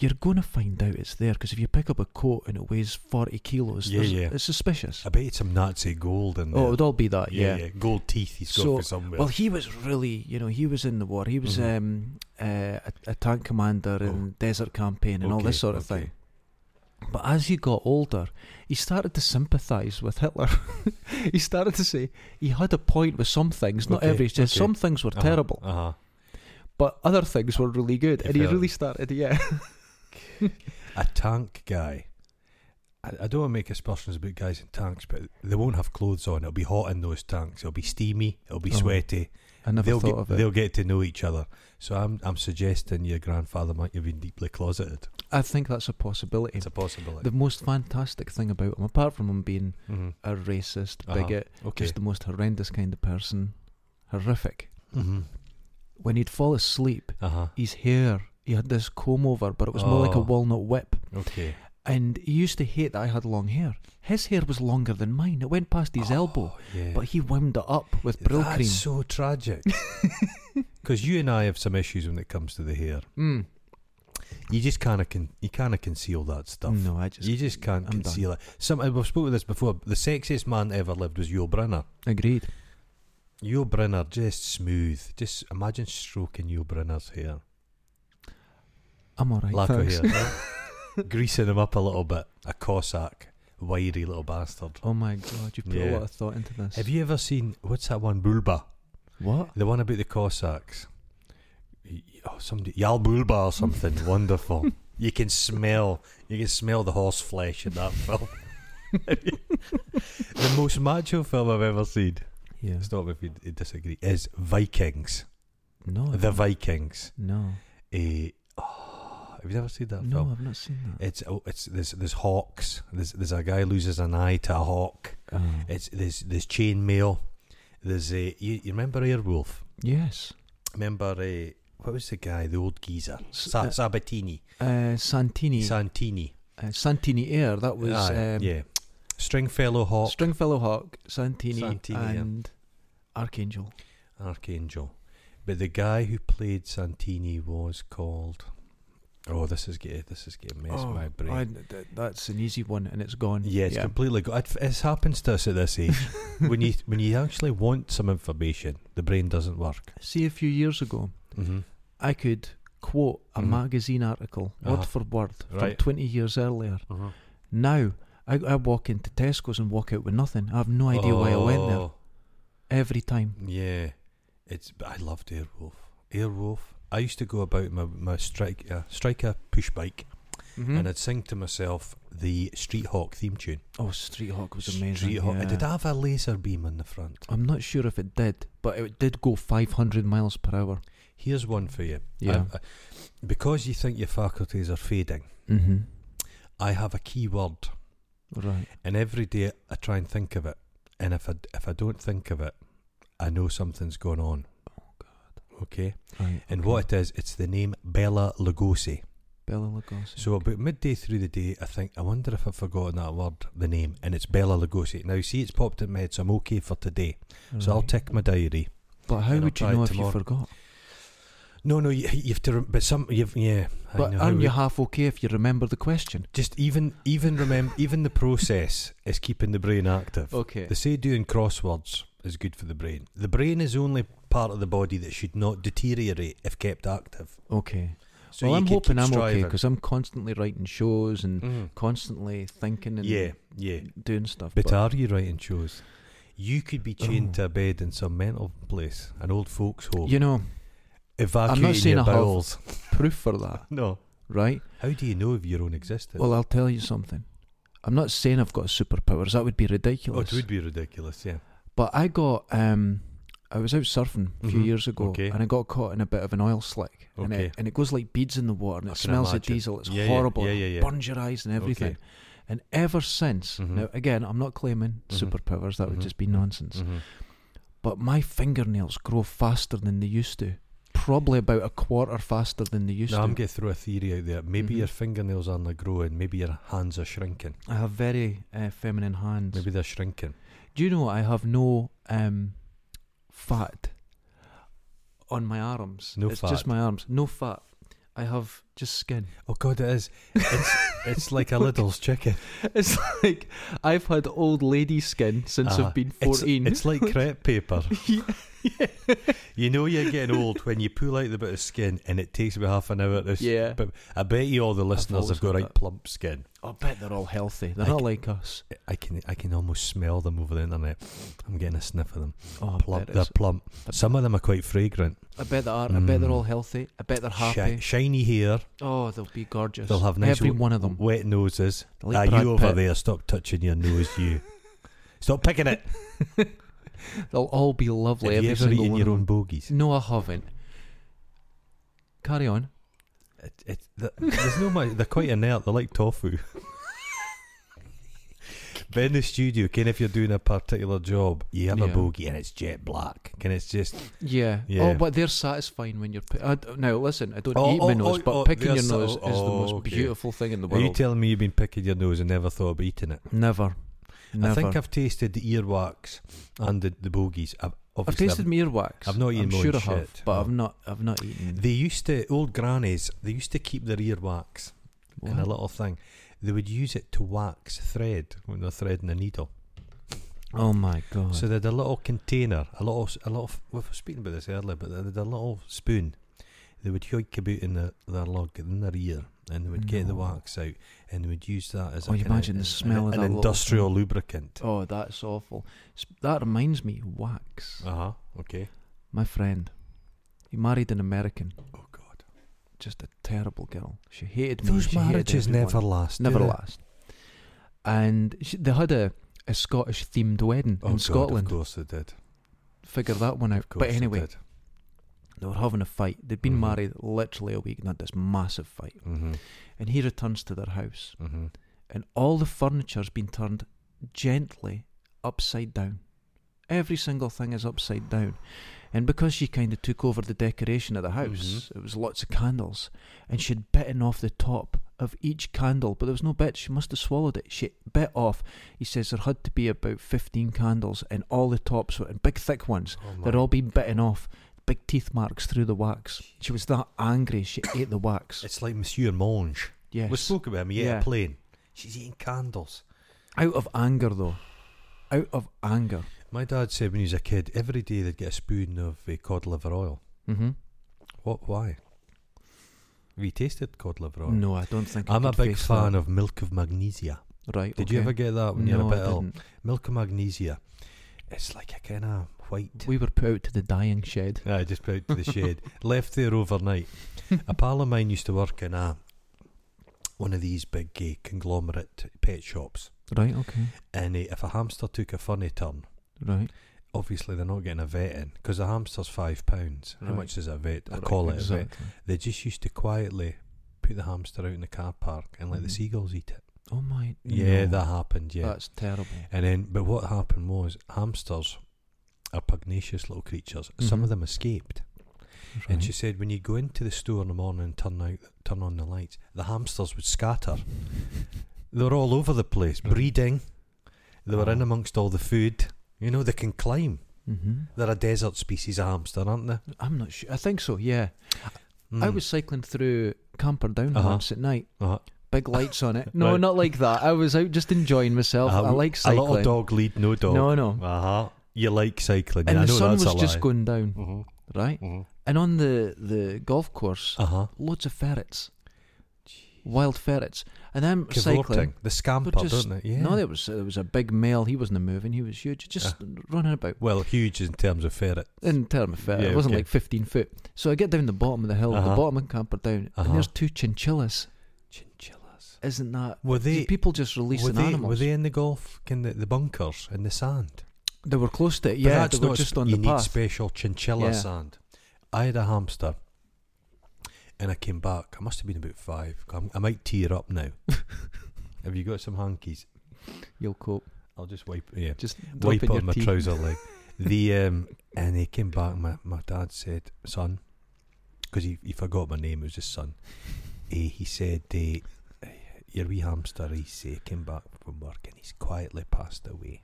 [SPEAKER 1] You're going to find out it's there because if you pick up a coat and it weighs 40 kilos,
[SPEAKER 2] Yeah,
[SPEAKER 1] there's-
[SPEAKER 2] yeah.
[SPEAKER 1] it's suspicious.
[SPEAKER 2] I bet it's some Nazi gold in there.
[SPEAKER 1] Oh, it would all be that,
[SPEAKER 2] yeah, yeah. Gold teeth he's got
[SPEAKER 1] So-
[SPEAKER 2] for somewhere.
[SPEAKER 1] Well, he was really, you know, he was in the war. He was
[SPEAKER 2] Mhm.
[SPEAKER 1] um, uh, a, a tank commander in desert campaign and all
[SPEAKER 2] Oh. Okay,
[SPEAKER 1] this sort of
[SPEAKER 2] okay.
[SPEAKER 1] thing. But as he got older, he started to sympathise with Hitler. he started to say he had a point with some things, not
[SPEAKER 2] Okay,
[SPEAKER 1] every. Just
[SPEAKER 2] okay.
[SPEAKER 1] Some things were
[SPEAKER 2] Uh-huh,
[SPEAKER 1] terrible,
[SPEAKER 2] Uh-huh.
[SPEAKER 1] but other things were really good,
[SPEAKER 2] You
[SPEAKER 1] and he
[SPEAKER 2] felt-
[SPEAKER 1] really started. Yeah,
[SPEAKER 2] A tank guy I, I don't want to make aspersions about guys in tanks, but they won't have clothes on. It'll be hot in those tanks. It'll be steamy. It'll be
[SPEAKER 1] Oh,
[SPEAKER 2] sweaty.
[SPEAKER 1] I never
[SPEAKER 2] they'll
[SPEAKER 1] thought
[SPEAKER 2] get,
[SPEAKER 1] of it.
[SPEAKER 2] They'll get to know each other. So I'm I'm suggesting your grandfather might have been deeply closeted.
[SPEAKER 1] I think that's a possibility.
[SPEAKER 2] It's a possibility.
[SPEAKER 1] the most fantastic thing about him, apart from him being
[SPEAKER 2] Mhm.
[SPEAKER 1] a racist,
[SPEAKER 2] Uh-huh.
[SPEAKER 1] bigot,
[SPEAKER 2] Okay.
[SPEAKER 1] just the most horrendous kind of person, horrific.
[SPEAKER 2] hmm
[SPEAKER 1] When he'd fall asleep,
[SPEAKER 2] Uh huh.
[SPEAKER 1] his hair, he had this comb over, but it was more like a
[SPEAKER 2] Oh.
[SPEAKER 1] walnut whip.
[SPEAKER 2] Okay.
[SPEAKER 1] And he used to hate that I had long hair. His hair was longer than mine. It went past his elbow,
[SPEAKER 2] Oh, yeah.
[SPEAKER 1] but he wound it up with Brill
[SPEAKER 2] That's
[SPEAKER 1] cream.
[SPEAKER 2] so tragic. Because you and I have some issues when it comes to the hair.
[SPEAKER 1] Mm.
[SPEAKER 2] You just kind of con- you kind of conceal that stuff.
[SPEAKER 1] Mm. No, I just
[SPEAKER 2] You just can't
[SPEAKER 1] I'm done.
[SPEAKER 2] conceal it. Some uh, I've spoken with this before. The sexiest man ever lived was Yul Brynner.
[SPEAKER 1] agreed.
[SPEAKER 2] Yul Brynner, just smooth. Just imagine stroking Yul Brynner's hair,
[SPEAKER 1] I'm alright.
[SPEAKER 2] lack
[SPEAKER 1] thanks.
[SPEAKER 2] of hair, eh? greasing him up a little bit. A Cossack, wiry little bastard.
[SPEAKER 1] Oh my god, you put a
[SPEAKER 2] Yeah.
[SPEAKER 1] lot of thought into this.
[SPEAKER 2] Have you ever seen what's that one? Bulba,
[SPEAKER 1] What?
[SPEAKER 2] the one about the Cossacks. Y- Oh, somebody Yal Bulba or something. Wonderful. You can smell. You can smell the horse flesh in that film. the most macho film I've ever seen.
[SPEAKER 1] Yeah.
[SPEAKER 2] Stop me if you d- disagree. Is Vikings
[SPEAKER 1] Oh, No.
[SPEAKER 2] the Vikings?
[SPEAKER 1] no.
[SPEAKER 2] A oh, have you ever seen that
[SPEAKER 1] No,
[SPEAKER 2] film?
[SPEAKER 1] I've not seen that.
[SPEAKER 2] It's oh, it's there's there's hawks. There's there's a guy loses an eye to a hawk.
[SPEAKER 1] Oh.
[SPEAKER 2] It's there's there's chainmail. There's a you, you remember Airwolf?
[SPEAKER 1] yes.
[SPEAKER 2] Remember a what was the guy? The old geezer
[SPEAKER 1] S-
[SPEAKER 2] Sa-
[SPEAKER 1] uh,
[SPEAKER 2] Sabatini
[SPEAKER 1] Uh, Santini.
[SPEAKER 2] Santini.
[SPEAKER 1] uh, Santini Air. That was
[SPEAKER 2] Aye,
[SPEAKER 1] um,
[SPEAKER 2] Ah, yeah, Stringfellow Hawk
[SPEAKER 1] Stringfellow Hawk, Santini,
[SPEAKER 2] Santini, yeah.
[SPEAKER 1] and Archangel.
[SPEAKER 2] Archangel. But the guy who played Santini was called. Oh, this is getting this is getting messed
[SPEAKER 1] Oh,
[SPEAKER 2] my brain.
[SPEAKER 1] I- th- that's an easy one, and it's gone.
[SPEAKER 2] Yeah, it's
[SPEAKER 1] yeah.
[SPEAKER 2] completely. Go- it, it happens to us at this age. when you when you actually want some information, the brain doesn't work.
[SPEAKER 1] See, a few years ago,
[SPEAKER 2] Mm-hmm.
[SPEAKER 1] I could quote a
[SPEAKER 2] Mhm.
[SPEAKER 1] magazine article
[SPEAKER 2] Uh-huh.
[SPEAKER 1] word for word from
[SPEAKER 2] Right.
[SPEAKER 1] 20 years earlier.
[SPEAKER 2] Uh-huh.
[SPEAKER 1] Now, I, I walk into Tesco's and walk out with nothing. I have no idea why I went there
[SPEAKER 2] Oh.
[SPEAKER 1] every time.
[SPEAKER 2] Yeah, it's. But I loved Airwolf. Airwolf. I used to go about my my strike uh, striker push bike,
[SPEAKER 1] Mhm.
[SPEAKER 2] Mm-hmm. and I'd sing to myself the Street Hawk theme tune.
[SPEAKER 1] oh, Street Hawk was amazing.
[SPEAKER 2] Street Hawk.
[SPEAKER 1] yeah.
[SPEAKER 2] Did it have a laser beam in the front?
[SPEAKER 1] I'm not sure if it did, but it did go 500 miles per hour.
[SPEAKER 2] Here's one for you.
[SPEAKER 1] Yeah.
[SPEAKER 2] I- I- because you think your faculties are fading,
[SPEAKER 1] Mm-hmm.
[SPEAKER 2] I have a key word.
[SPEAKER 1] Right.
[SPEAKER 2] And every day I try and think of it. And if I, if I don't think of it, I know something's going on.
[SPEAKER 1] Oh,
[SPEAKER 2] God. Okay.
[SPEAKER 1] right
[SPEAKER 2] And
[SPEAKER 1] okay.
[SPEAKER 2] what it is, it's the name Bella Lugosi.
[SPEAKER 1] Bela Lugosi.
[SPEAKER 2] So about midday through the day, I think, I wonder if I've forgotten that word, the name. And it's Bella Lugosi. Now, see, it's popped in my head, so I'm okay for today. So I'll
[SPEAKER 1] Right.
[SPEAKER 2] tick my diary.
[SPEAKER 1] But how
[SPEAKER 2] and I'll
[SPEAKER 1] would you
[SPEAKER 2] try it
[SPEAKER 1] know if
[SPEAKER 2] tomorrow.
[SPEAKER 1] you forgot?
[SPEAKER 2] No, no, you, you have to, rem- but some, you've, yeah. I
[SPEAKER 1] But
[SPEAKER 2] know,
[SPEAKER 1] aren't
[SPEAKER 2] how
[SPEAKER 1] you
[SPEAKER 2] we-
[SPEAKER 1] half okay if you remember the question?
[SPEAKER 2] just even, even remember, even the process is keeping the brain active.
[SPEAKER 1] Okay.
[SPEAKER 2] They say doing crosswords is good for the brain. The brain is only part of the body that should not deteriorate if kept active.
[SPEAKER 1] Okay.
[SPEAKER 2] So
[SPEAKER 1] well,
[SPEAKER 2] you
[SPEAKER 1] I'm
[SPEAKER 2] can
[SPEAKER 1] hoping
[SPEAKER 2] keep
[SPEAKER 1] I'm okay
[SPEAKER 2] striving.
[SPEAKER 1] because I'm constantly writing shows and
[SPEAKER 2] Mhm.
[SPEAKER 1] constantly thinking and
[SPEAKER 2] Yeah, yeah.
[SPEAKER 1] doing stuff.
[SPEAKER 2] But are you writing shows? You could be chained
[SPEAKER 1] Oh.
[SPEAKER 2] to a bed in some mental place, an old folks' home.
[SPEAKER 1] you know,
[SPEAKER 2] evacuating
[SPEAKER 1] saying
[SPEAKER 2] your
[SPEAKER 1] I have-
[SPEAKER 2] bowels.
[SPEAKER 1] proof for that,
[SPEAKER 2] No.
[SPEAKER 1] right?
[SPEAKER 2] How do you know of your own existence?
[SPEAKER 1] Well, I'll tell you something. I'm not saying I've got superpowers. That would be
[SPEAKER 2] oh,
[SPEAKER 1] ridiculous.
[SPEAKER 2] it would be ridiculous. Yeah.
[SPEAKER 1] But I got um I was out surfing a few
[SPEAKER 2] Mhm.
[SPEAKER 1] years ago
[SPEAKER 2] Okay.
[SPEAKER 1] and I got caught in a bit of an oil slick. And
[SPEAKER 2] Okay.
[SPEAKER 1] it and it goes like beads in the water and
[SPEAKER 2] I
[SPEAKER 1] it
[SPEAKER 2] can
[SPEAKER 1] smells of
[SPEAKER 2] imagine.
[SPEAKER 1] diesel. It's
[SPEAKER 2] Yeah, yeah,
[SPEAKER 1] horrible.
[SPEAKER 2] yeah,
[SPEAKER 1] It
[SPEAKER 2] yeah, yeah.
[SPEAKER 1] burns your eyes and everything. And ever since
[SPEAKER 2] Mhm.
[SPEAKER 1] now again I'm not claiming
[SPEAKER 2] Mhm.
[SPEAKER 1] superpowers, that would
[SPEAKER 2] Mhm.
[SPEAKER 1] just be nonsense.
[SPEAKER 2] Mhm.
[SPEAKER 1] But my fingernails grow faster than they used to. Probably about a quarter faster than they used
[SPEAKER 2] Now
[SPEAKER 1] to.
[SPEAKER 2] I'm getting through a theory out there. Maybe
[SPEAKER 1] Mhm.
[SPEAKER 2] your fingernails aren't growing. Maybe your hands are shrinking.
[SPEAKER 1] I have very uh, feminine hands.
[SPEAKER 2] Maybe they're shrinking.
[SPEAKER 1] Do you know I have no um, fat on my arms?
[SPEAKER 2] No
[SPEAKER 1] it's
[SPEAKER 2] fat.
[SPEAKER 1] just my arms. No fat. I have just skin.
[SPEAKER 2] Oh God, it is. It's it's like a Little's chicken.
[SPEAKER 1] It's like I've had old lady skin since
[SPEAKER 2] Uh-huh.
[SPEAKER 1] Ah, I've been
[SPEAKER 2] It's,
[SPEAKER 1] 14.
[SPEAKER 2] it's like crepe paper. You know you're getting old when you pull out the bit of skin and it takes about half an hour to s-
[SPEAKER 1] Yeah.
[SPEAKER 2] But I bet you all the listeners
[SPEAKER 1] always
[SPEAKER 2] have got
[SPEAKER 1] heard
[SPEAKER 2] right
[SPEAKER 1] that.
[SPEAKER 2] plump skin.
[SPEAKER 1] I bet they're all healthy. They're
[SPEAKER 2] I
[SPEAKER 1] not
[SPEAKER 2] c-
[SPEAKER 1] like us.
[SPEAKER 2] I can I can almost smell them over the internet. I'm getting a sniff of them.
[SPEAKER 1] Oh, I
[SPEAKER 2] Plump,
[SPEAKER 1] bet,
[SPEAKER 2] they're
[SPEAKER 1] it's-
[SPEAKER 2] plump. Some of them are quite fragrant.
[SPEAKER 1] I bet they are. I bet they're
[SPEAKER 2] Mm.
[SPEAKER 1] all healthy. I bet they're
[SPEAKER 2] Shi-
[SPEAKER 1] happy.
[SPEAKER 2] shiny hair.
[SPEAKER 1] oh, they'll be gorgeous.
[SPEAKER 2] They'll have nice
[SPEAKER 1] Every
[SPEAKER 2] wo-
[SPEAKER 1] one of them.
[SPEAKER 2] Wet noses.
[SPEAKER 1] They're
[SPEAKER 2] Ah,
[SPEAKER 1] like Brad
[SPEAKER 2] you over
[SPEAKER 1] Pitt.
[SPEAKER 2] there, stop touching your nose, you. stop picking it.
[SPEAKER 1] They'll all be
[SPEAKER 2] Have
[SPEAKER 1] lovely.
[SPEAKER 2] you
[SPEAKER 1] Every
[SPEAKER 2] ever
[SPEAKER 1] single
[SPEAKER 2] eaten
[SPEAKER 1] one
[SPEAKER 2] your
[SPEAKER 1] of
[SPEAKER 2] own
[SPEAKER 1] them.
[SPEAKER 2] bogies?
[SPEAKER 1] No, I haven't. Carry on.
[SPEAKER 2] It, it, th- there's no much. They're quite inert. They're like tofu. but in the studio, can if you're doing a particular job, you have a
[SPEAKER 1] Yeah.
[SPEAKER 2] bogey and it's jet black, and it's just
[SPEAKER 1] Yeah.
[SPEAKER 2] Yeah.
[SPEAKER 1] Oh, but they're satisfying when you're. Pi- I d now listen, I don't
[SPEAKER 2] Oh,
[SPEAKER 1] eat my
[SPEAKER 2] oh,
[SPEAKER 1] nose,
[SPEAKER 2] oh,
[SPEAKER 1] but
[SPEAKER 2] oh,
[SPEAKER 1] picking
[SPEAKER 2] they're
[SPEAKER 1] your
[SPEAKER 2] so-
[SPEAKER 1] nose is the
[SPEAKER 2] oh,
[SPEAKER 1] most
[SPEAKER 2] okay.
[SPEAKER 1] beautiful thing in the
[SPEAKER 2] Are you
[SPEAKER 1] world.
[SPEAKER 2] telling me you've been picking your nose and never thought about eating it?
[SPEAKER 1] Never. Never.
[SPEAKER 2] I think I've tasted the earwax and the, the bogies. I've,
[SPEAKER 1] I've
[SPEAKER 2] obviously,
[SPEAKER 1] tasted mealwax.
[SPEAKER 2] I've not eaten
[SPEAKER 1] I'm
[SPEAKER 2] my own
[SPEAKER 1] sure I have,
[SPEAKER 2] shit.
[SPEAKER 1] but I've
[SPEAKER 2] No.
[SPEAKER 1] not. I've not eaten.
[SPEAKER 2] They used to, old grannies, they used to keep their earwax in a
[SPEAKER 1] What?
[SPEAKER 2] little thing. They would use it to wax thread when they're threading a needle.
[SPEAKER 1] Oh my god.
[SPEAKER 2] So they had a little container, a little, s- a little. We were speaking about this earlier, but they had a little spoon. They would yoink about in their, their lug, in their ear, and they would get the
[SPEAKER 1] No.
[SPEAKER 2] wax out, and they would use that as
[SPEAKER 1] Oh,
[SPEAKER 2] a
[SPEAKER 1] you
[SPEAKER 2] kinda-
[SPEAKER 1] imagine the
[SPEAKER 2] an-
[SPEAKER 1] smell of
[SPEAKER 2] an,
[SPEAKER 1] that little
[SPEAKER 2] industrial
[SPEAKER 1] thing.
[SPEAKER 2] lubricant.
[SPEAKER 1] oh, that's awful. S- That reminds me, wax.
[SPEAKER 2] Uh huh. Okay.
[SPEAKER 1] My friend, he married an American.
[SPEAKER 2] Oh God.
[SPEAKER 1] Just a terrible girl. She hated me.
[SPEAKER 2] Those
[SPEAKER 1] she hated
[SPEAKER 2] marriages
[SPEAKER 1] everyone.
[SPEAKER 2] never last. do
[SPEAKER 1] never
[SPEAKER 2] they?
[SPEAKER 1] last. And she, they had a, a Scottish themed wedding
[SPEAKER 2] Oh,
[SPEAKER 1] in
[SPEAKER 2] God,
[SPEAKER 1] Scotland.
[SPEAKER 2] Of course they did.
[SPEAKER 1] Figure that one out.
[SPEAKER 2] Of course
[SPEAKER 1] But anyway,
[SPEAKER 2] They did.
[SPEAKER 1] they were having a fight. They'd been
[SPEAKER 2] Mhm.
[SPEAKER 1] married literally a week and had this massive fight.
[SPEAKER 2] Mm-hmm.
[SPEAKER 1] And he returns to their house,
[SPEAKER 2] Mm-hmm.
[SPEAKER 1] and all the furniture's been turned gently upside down. Every single thing is upside down. And because she kind of took over the decoration of the house,
[SPEAKER 2] Mm-hmm.
[SPEAKER 1] it was lots of candles, and she'd bitten off the top of each candle, but there was no bit. She must have swallowed it. She bit off. He says there had to be about 15 candles, and all the tops were, and big thick ones, they'd
[SPEAKER 2] Oh,
[SPEAKER 1] all been bitten off, big teeth marks through the wax. She was that angry, she ate the wax.
[SPEAKER 2] It's like Monsieur Monge.
[SPEAKER 1] Yes.
[SPEAKER 2] We spoke about him. He yeah.
[SPEAKER 1] Yeah.
[SPEAKER 2] a plane. She's eating candles.
[SPEAKER 1] Out of anger, though. Out of anger.
[SPEAKER 2] My dad said when he was a kid, every day they'd get a spoon of uh, cod liver oil.
[SPEAKER 1] Mm-hmm.
[SPEAKER 2] What? Why? Have you tasted cod liver oil?
[SPEAKER 1] No, I don't think I
[SPEAKER 2] I'm a
[SPEAKER 1] could
[SPEAKER 2] big
[SPEAKER 1] face
[SPEAKER 2] fan
[SPEAKER 1] that.
[SPEAKER 2] of milk of magnesia.
[SPEAKER 1] Right.
[SPEAKER 2] Did you
[SPEAKER 1] okay.
[SPEAKER 2] ever get that when you
[SPEAKER 1] no,
[SPEAKER 2] were a bit
[SPEAKER 1] I
[SPEAKER 2] ill?
[SPEAKER 1] didn't.
[SPEAKER 2] Milk of magnesia. It's like a kind of white.
[SPEAKER 1] We were put out to the dying shed.
[SPEAKER 2] I just put it to the shade. Left there overnight. A pal of mine used to work in a one of these big uh, conglomerate pet shops,
[SPEAKER 1] Right. Okay.
[SPEAKER 2] and uh, if a hamster took a funny turn,
[SPEAKER 1] Right.
[SPEAKER 2] obviously they're not getting a vet in because a hamster's five pounds. How
[SPEAKER 1] Right.
[SPEAKER 2] much is a vet? I
[SPEAKER 1] Right,
[SPEAKER 2] call it a vet.
[SPEAKER 1] exactly.
[SPEAKER 2] They just used to quietly put the hamster out in the car park and let the
[SPEAKER 1] Mhm.
[SPEAKER 2] seagulls eat it.
[SPEAKER 1] Oh my.
[SPEAKER 2] Yeah,
[SPEAKER 1] no,
[SPEAKER 2] that happened. Yeah,
[SPEAKER 1] That's terrible.
[SPEAKER 2] and then but what happened was hamsters are pugnacious little creatures. Some
[SPEAKER 1] Mhm.
[SPEAKER 2] of them escaped, and she
[SPEAKER 1] Right.
[SPEAKER 2] said when you go into the store in the morning and turn out turn on the lights, the hamsters would scatter. they were all over the place,
[SPEAKER 1] Right.
[SPEAKER 2] breeding. They were in
[SPEAKER 1] Oh.
[SPEAKER 2] amongst all the food. You know they can climb.
[SPEAKER 1] Mhm.
[SPEAKER 2] They're a desert species of hamster, aren't they?
[SPEAKER 1] I'm not sure. I think so. Yeah. I
[SPEAKER 2] Mm.
[SPEAKER 1] was cycling through Camperdown
[SPEAKER 2] Uh-huh.
[SPEAKER 1] once at night.
[SPEAKER 2] Uh-huh.
[SPEAKER 1] Big lights on it. No,
[SPEAKER 2] Right.
[SPEAKER 1] not like that. I was out just enjoying myself.
[SPEAKER 2] Uh,
[SPEAKER 1] I like
[SPEAKER 2] a
[SPEAKER 1] cycling.
[SPEAKER 2] lot of dog lead, no dog.
[SPEAKER 1] No, no.
[SPEAKER 2] Uh huh. You like cycling,
[SPEAKER 1] and
[SPEAKER 2] yeah, I
[SPEAKER 1] the
[SPEAKER 2] know
[SPEAKER 1] sun
[SPEAKER 2] that's
[SPEAKER 1] was
[SPEAKER 2] a
[SPEAKER 1] just
[SPEAKER 2] lie.
[SPEAKER 1] going down,
[SPEAKER 2] Mm-hmm.
[SPEAKER 1] right? And on the the golf course,
[SPEAKER 2] Uh huh.
[SPEAKER 1] loads of ferrets, wild ferrets, and I'm cycling.
[SPEAKER 2] Cavorting. The scamper,
[SPEAKER 1] They're just-
[SPEAKER 2] don't they? Yeah.
[SPEAKER 1] No, there was there was a big male. He wasn't moving. He was huge, just running about.
[SPEAKER 2] well, huge in terms of ferret.
[SPEAKER 1] In term of ferret,
[SPEAKER 2] Yeah,
[SPEAKER 1] it wasn't
[SPEAKER 2] okay.
[SPEAKER 1] like 15 foot. So I get down the bottom of the hill,
[SPEAKER 2] Uh-huh.
[SPEAKER 1] the bottom of camper down,
[SPEAKER 2] Uh-huh.
[SPEAKER 1] and there's two chinchillas.
[SPEAKER 2] Chinchillas.
[SPEAKER 1] Isn't that
[SPEAKER 2] Were they?
[SPEAKER 1] people just
[SPEAKER 2] were
[SPEAKER 1] releasing
[SPEAKER 2] they,
[SPEAKER 1] animals?
[SPEAKER 2] Were they in the golf? In the, the bunkers in the sand?
[SPEAKER 1] They were close to it.
[SPEAKER 2] But
[SPEAKER 1] Yeah,
[SPEAKER 2] that's
[SPEAKER 1] they were
[SPEAKER 2] not
[SPEAKER 1] just
[SPEAKER 2] sp-
[SPEAKER 1] on
[SPEAKER 2] you
[SPEAKER 1] the
[SPEAKER 2] need
[SPEAKER 1] path.
[SPEAKER 2] special chinchilla
[SPEAKER 1] Yeah.
[SPEAKER 2] sand. I had a hamster, and I came back. I must have been about five. I'm- I might tear up now. have you got some hankies?
[SPEAKER 1] You'll cope.
[SPEAKER 2] I'll just wipe. Yeah,
[SPEAKER 1] Just
[SPEAKER 2] wipe
[SPEAKER 1] dropping
[SPEAKER 2] on my
[SPEAKER 1] your tea.
[SPEAKER 2] trouser leg. The um, and he came back. My my dad said, "Son," because he he forgot my name. It was his son. He he said, eh, "Your wee hamster." He say came back from work and he's quietly passed away.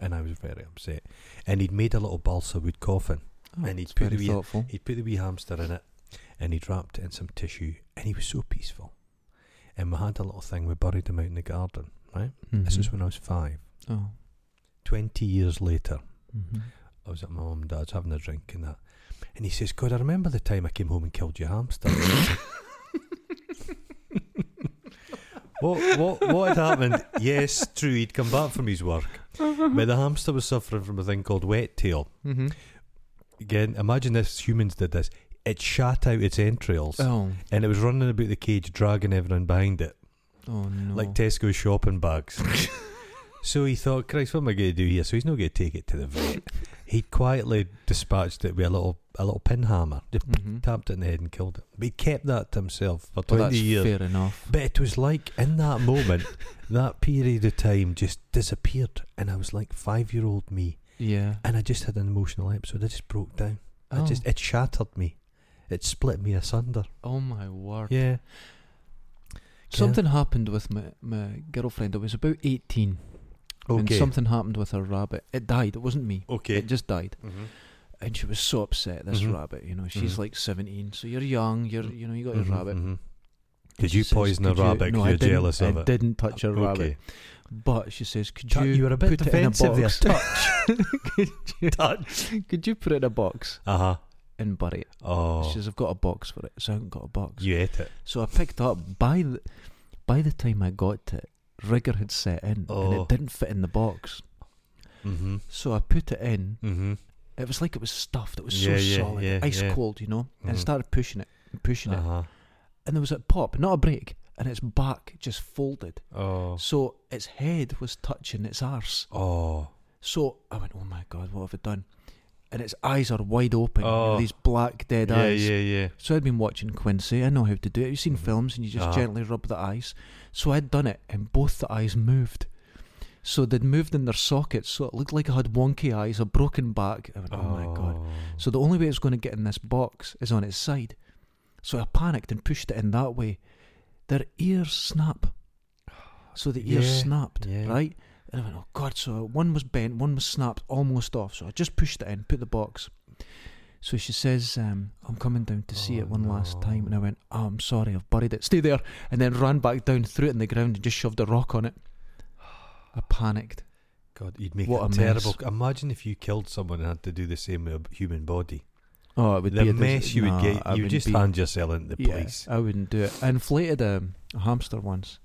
[SPEAKER 2] And I was very upset. And he'd made a little balsa wood coffin.
[SPEAKER 1] Oh,
[SPEAKER 2] And he'd
[SPEAKER 1] it's
[SPEAKER 2] put
[SPEAKER 1] very
[SPEAKER 2] the wee-
[SPEAKER 1] thoughtful.
[SPEAKER 2] He'd put the wee hamster in it and he'd wrapped it in some tissue and he was so peaceful. And we had a little thing, we buried him out in the garden. This
[SPEAKER 1] Mhm.
[SPEAKER 2] is when I was five.
[SPEAKER 1] Oh.
[SPEAKER 2] 20 years later,
[SPEAKER 1] mhm.
[SPEAKER 2] I was at my mum and dad's having a drink and that. And he says, God, I remember the time I came home and killed your hamster. what, what, what had happened? Yes, true, he'd come back from his work. But the hamster was suffering from a thing called wet tail.
[SPEAKER 1] Mm-hmm.
[SPEAKER 2] Again, imagine this humans did this. It shot out its entrails
[SPEAKER 1] Oh,
[SPEAKER 2] and it was running about the cage, dragging everyone behind it.
[SPEAKER 1] oh no.
[SPEAKER 2] like Tesco's shopping bags. so he thought, Christ, what am I going to do here? So he's not going to take it to the vet. He quietly dispatched it with a little a little pin hammer, just
[SPEAKER 1] Mhm.
[SPEAKER 2] tapped it in the head and killed it. But he kept that to himself for
[SPEAKER 1] Well,
[SPEAKER 2] twenty
[SPEAKER 1] that's
[SPEAKER 2] years.
[SPEAKER 1] fair enough.
[SPEAKER 2] But it was like in that moment, that period of time just disappeared, and I was like five year old me,
[SPEAKER 1] Yeah.
[SPEAKER 2] and I just had an emotional episode. I just broke down.
[SPEAKER 1] Oh,
[SPEAKER 2] I just it shattered me. It split me asunder.
[SPEAKER 1] oh my word.
[SPEAKER 2] Yeah.
[SPEAKER 1] Something happened with my, my girlfriend. I was about 18 and
[SPEAKER 2] Okay.
[SPEAKER 1] something happened with her rabbit. It died. It wasn't me.
[SPEAKER 2] okay.
[SPEAKER 1] It just died.
[SPEAKER 2] Mhm.
[SPEAKER 1] And she was so upset, this
[SPEAKER 2] Mhm.
[SPEAKER 1] rabbit, you know. She's
[SPEAKER 2] Mhm.
[SPEAKER 1] like 17, so you're young, you're, you know, you got your
[SPEAKER 2] Mhm,
[SPEAKER 1] rabbit.
[SPEAKER 2] mhm.
[SPEAKER 1] And
[SPEAKER 2] Did
[SPEAKER 1] she
[SPEAKER 2] you
[SPEAKER 1] says,
[SPEAKER 2] poison a
[SPEAKER 1] "Could you-"
[SPEAKER 2] rabbit 'cause
[SPEAKER 1] No, I
[SPEAKER 2] you're
[SPEAKER 1] didn't-
[SPEAKER 2] jealous of
[SPEAKER 1] I
[SPEAKER 2] it?
[SPEAKER 1] didn't touch a
[SPEAKER 2] Okay.
[SPEAKER 1] rabbit. But she says, could
[SPEAKER 2] Tut,
[SPEAKER 1] you,
[SPEAKER 2] you were a bit
[SPEAKER 1] put it in a
[SPEAKER 2] defensive there.
[SPEAKER 1] box? could, you, could you put it in a box
[SPEAKER 2] Uh huh.
[SPEAKER 1] and bury it?
[SPEAKER 2] Oh,
[SPEAKER 1] She says, I've got a box for it. So I haven't got a box.
[SPEAKER 2] you ate it.
[SPEAKER 1] So I picked up by the by the time I got to it, rigor had set in and
[SPEAKER 2] Oh.
[SPEAKER 1] it didn't fit in the box.
[SPEAKER 2] Mm-hmm.
[SPEAKER 1] So I put it in.
[SPEAKER 2] Mm-hmm.
[SPEAKER 1] It was like it was stuffed. It was
[SPEAKER 2] Yeah,
[SPEAKER 1] so
[SPEAKER 2] yeah,
[SPEAKER 1] solid,
[SPEAKER 2] yeah,
[SPEAKER 1] ice
[SPEAKER 2] yeah.
[SPEAKER 1] cold, you know. And I
[SPEAKER 2] Mhm.
[SPEAKER 1] started pushing it, and pushing
[SPEAKER 2] Uh
[SPEAKER 1] it,
[SPEAKER 2] huh.
[SPEAKER 1] and there was a pop, not a break, and its back just folded.
[SPEAKER 2] Oh.
[SPEAKER 1] So its head was touching its arse.
[SPEAKER 2] Oh.
[SPEAKER 1] So I went, "Oh my god, what have I done?" And its eyes are wide open, you know,
[SPEAKER 2] Oh.
[SPEAKER 1] these black dead
[SPEAKER 2] yeah,
[SPEAKER 1] eyes.
[SPEAKER 2] yeah, yeah.
[SPEAKER 1] So I'd been watching Quincy. I know how to do it. You've seen
[SPEAKER 2] Mhm.
[SPEAKER 1] films, and you just
[SPEAKER 2] Ah.
[SPEAKER 1] gently rub the eyes. So I'd done it, and both the eyes moved. So they'd moved in their sockets, so it looked like I had wonky eyes, a broken back. I went, oh, my god. So the only way it's going to get in this box is on its side. So I panicked and pushed it in that way. Their ears snap. So the ears
[SPEAKER 2] Yeah,
[SPEAKER 1] snapped,
[SPEAKER 2] yeah.
[SPEAKER 1] right? And I went, oh God. So one was bent, one was snapped almost off. So I just pushed it in, put the box. So she says, um, I'm coming down to see
[SPEAKER 2] Oh,
[SPEAKER 1] it one last
[SPEAKER 2] no.
[SPEAKER 1] time. And I went, oh, I'm sorry, I've buried it. Stay there. And then ran back down, threw it in the ground, and just shoved a rock on it. I panicked.
[SPEAKER 2] God, you'd make
[SPEAKER 1] What
[SPEAKER 2] a,
[SPEAKER 1] a
[SPEAKER 2] terrible.
[SPEAKER 1] mess.
[SPEAKER 2] Imagine if you killed someone and had to do the same with a human body.
[SPEAKER 1] Oh, it would
[SPEAKER 2] the
[SPEAKER 1] be a dis-
[SPEAKER 2] mess you
[SPEAKER 1] Nah,
[SPEAKER 2] would
[SPEAKER 1] I
[SPEAKER 2] get, you
[SPEAKER 1] wouldn't
[SPEAKER 2] would just
[SPEAKER 1] be-
[SPEAKER 2] hand yourself into the
[SPEAKER 1] Yeah,
[SPEAKER 2] police.
[SPEAKER 1] I wouldn't do it. I inflated a, a hamster once.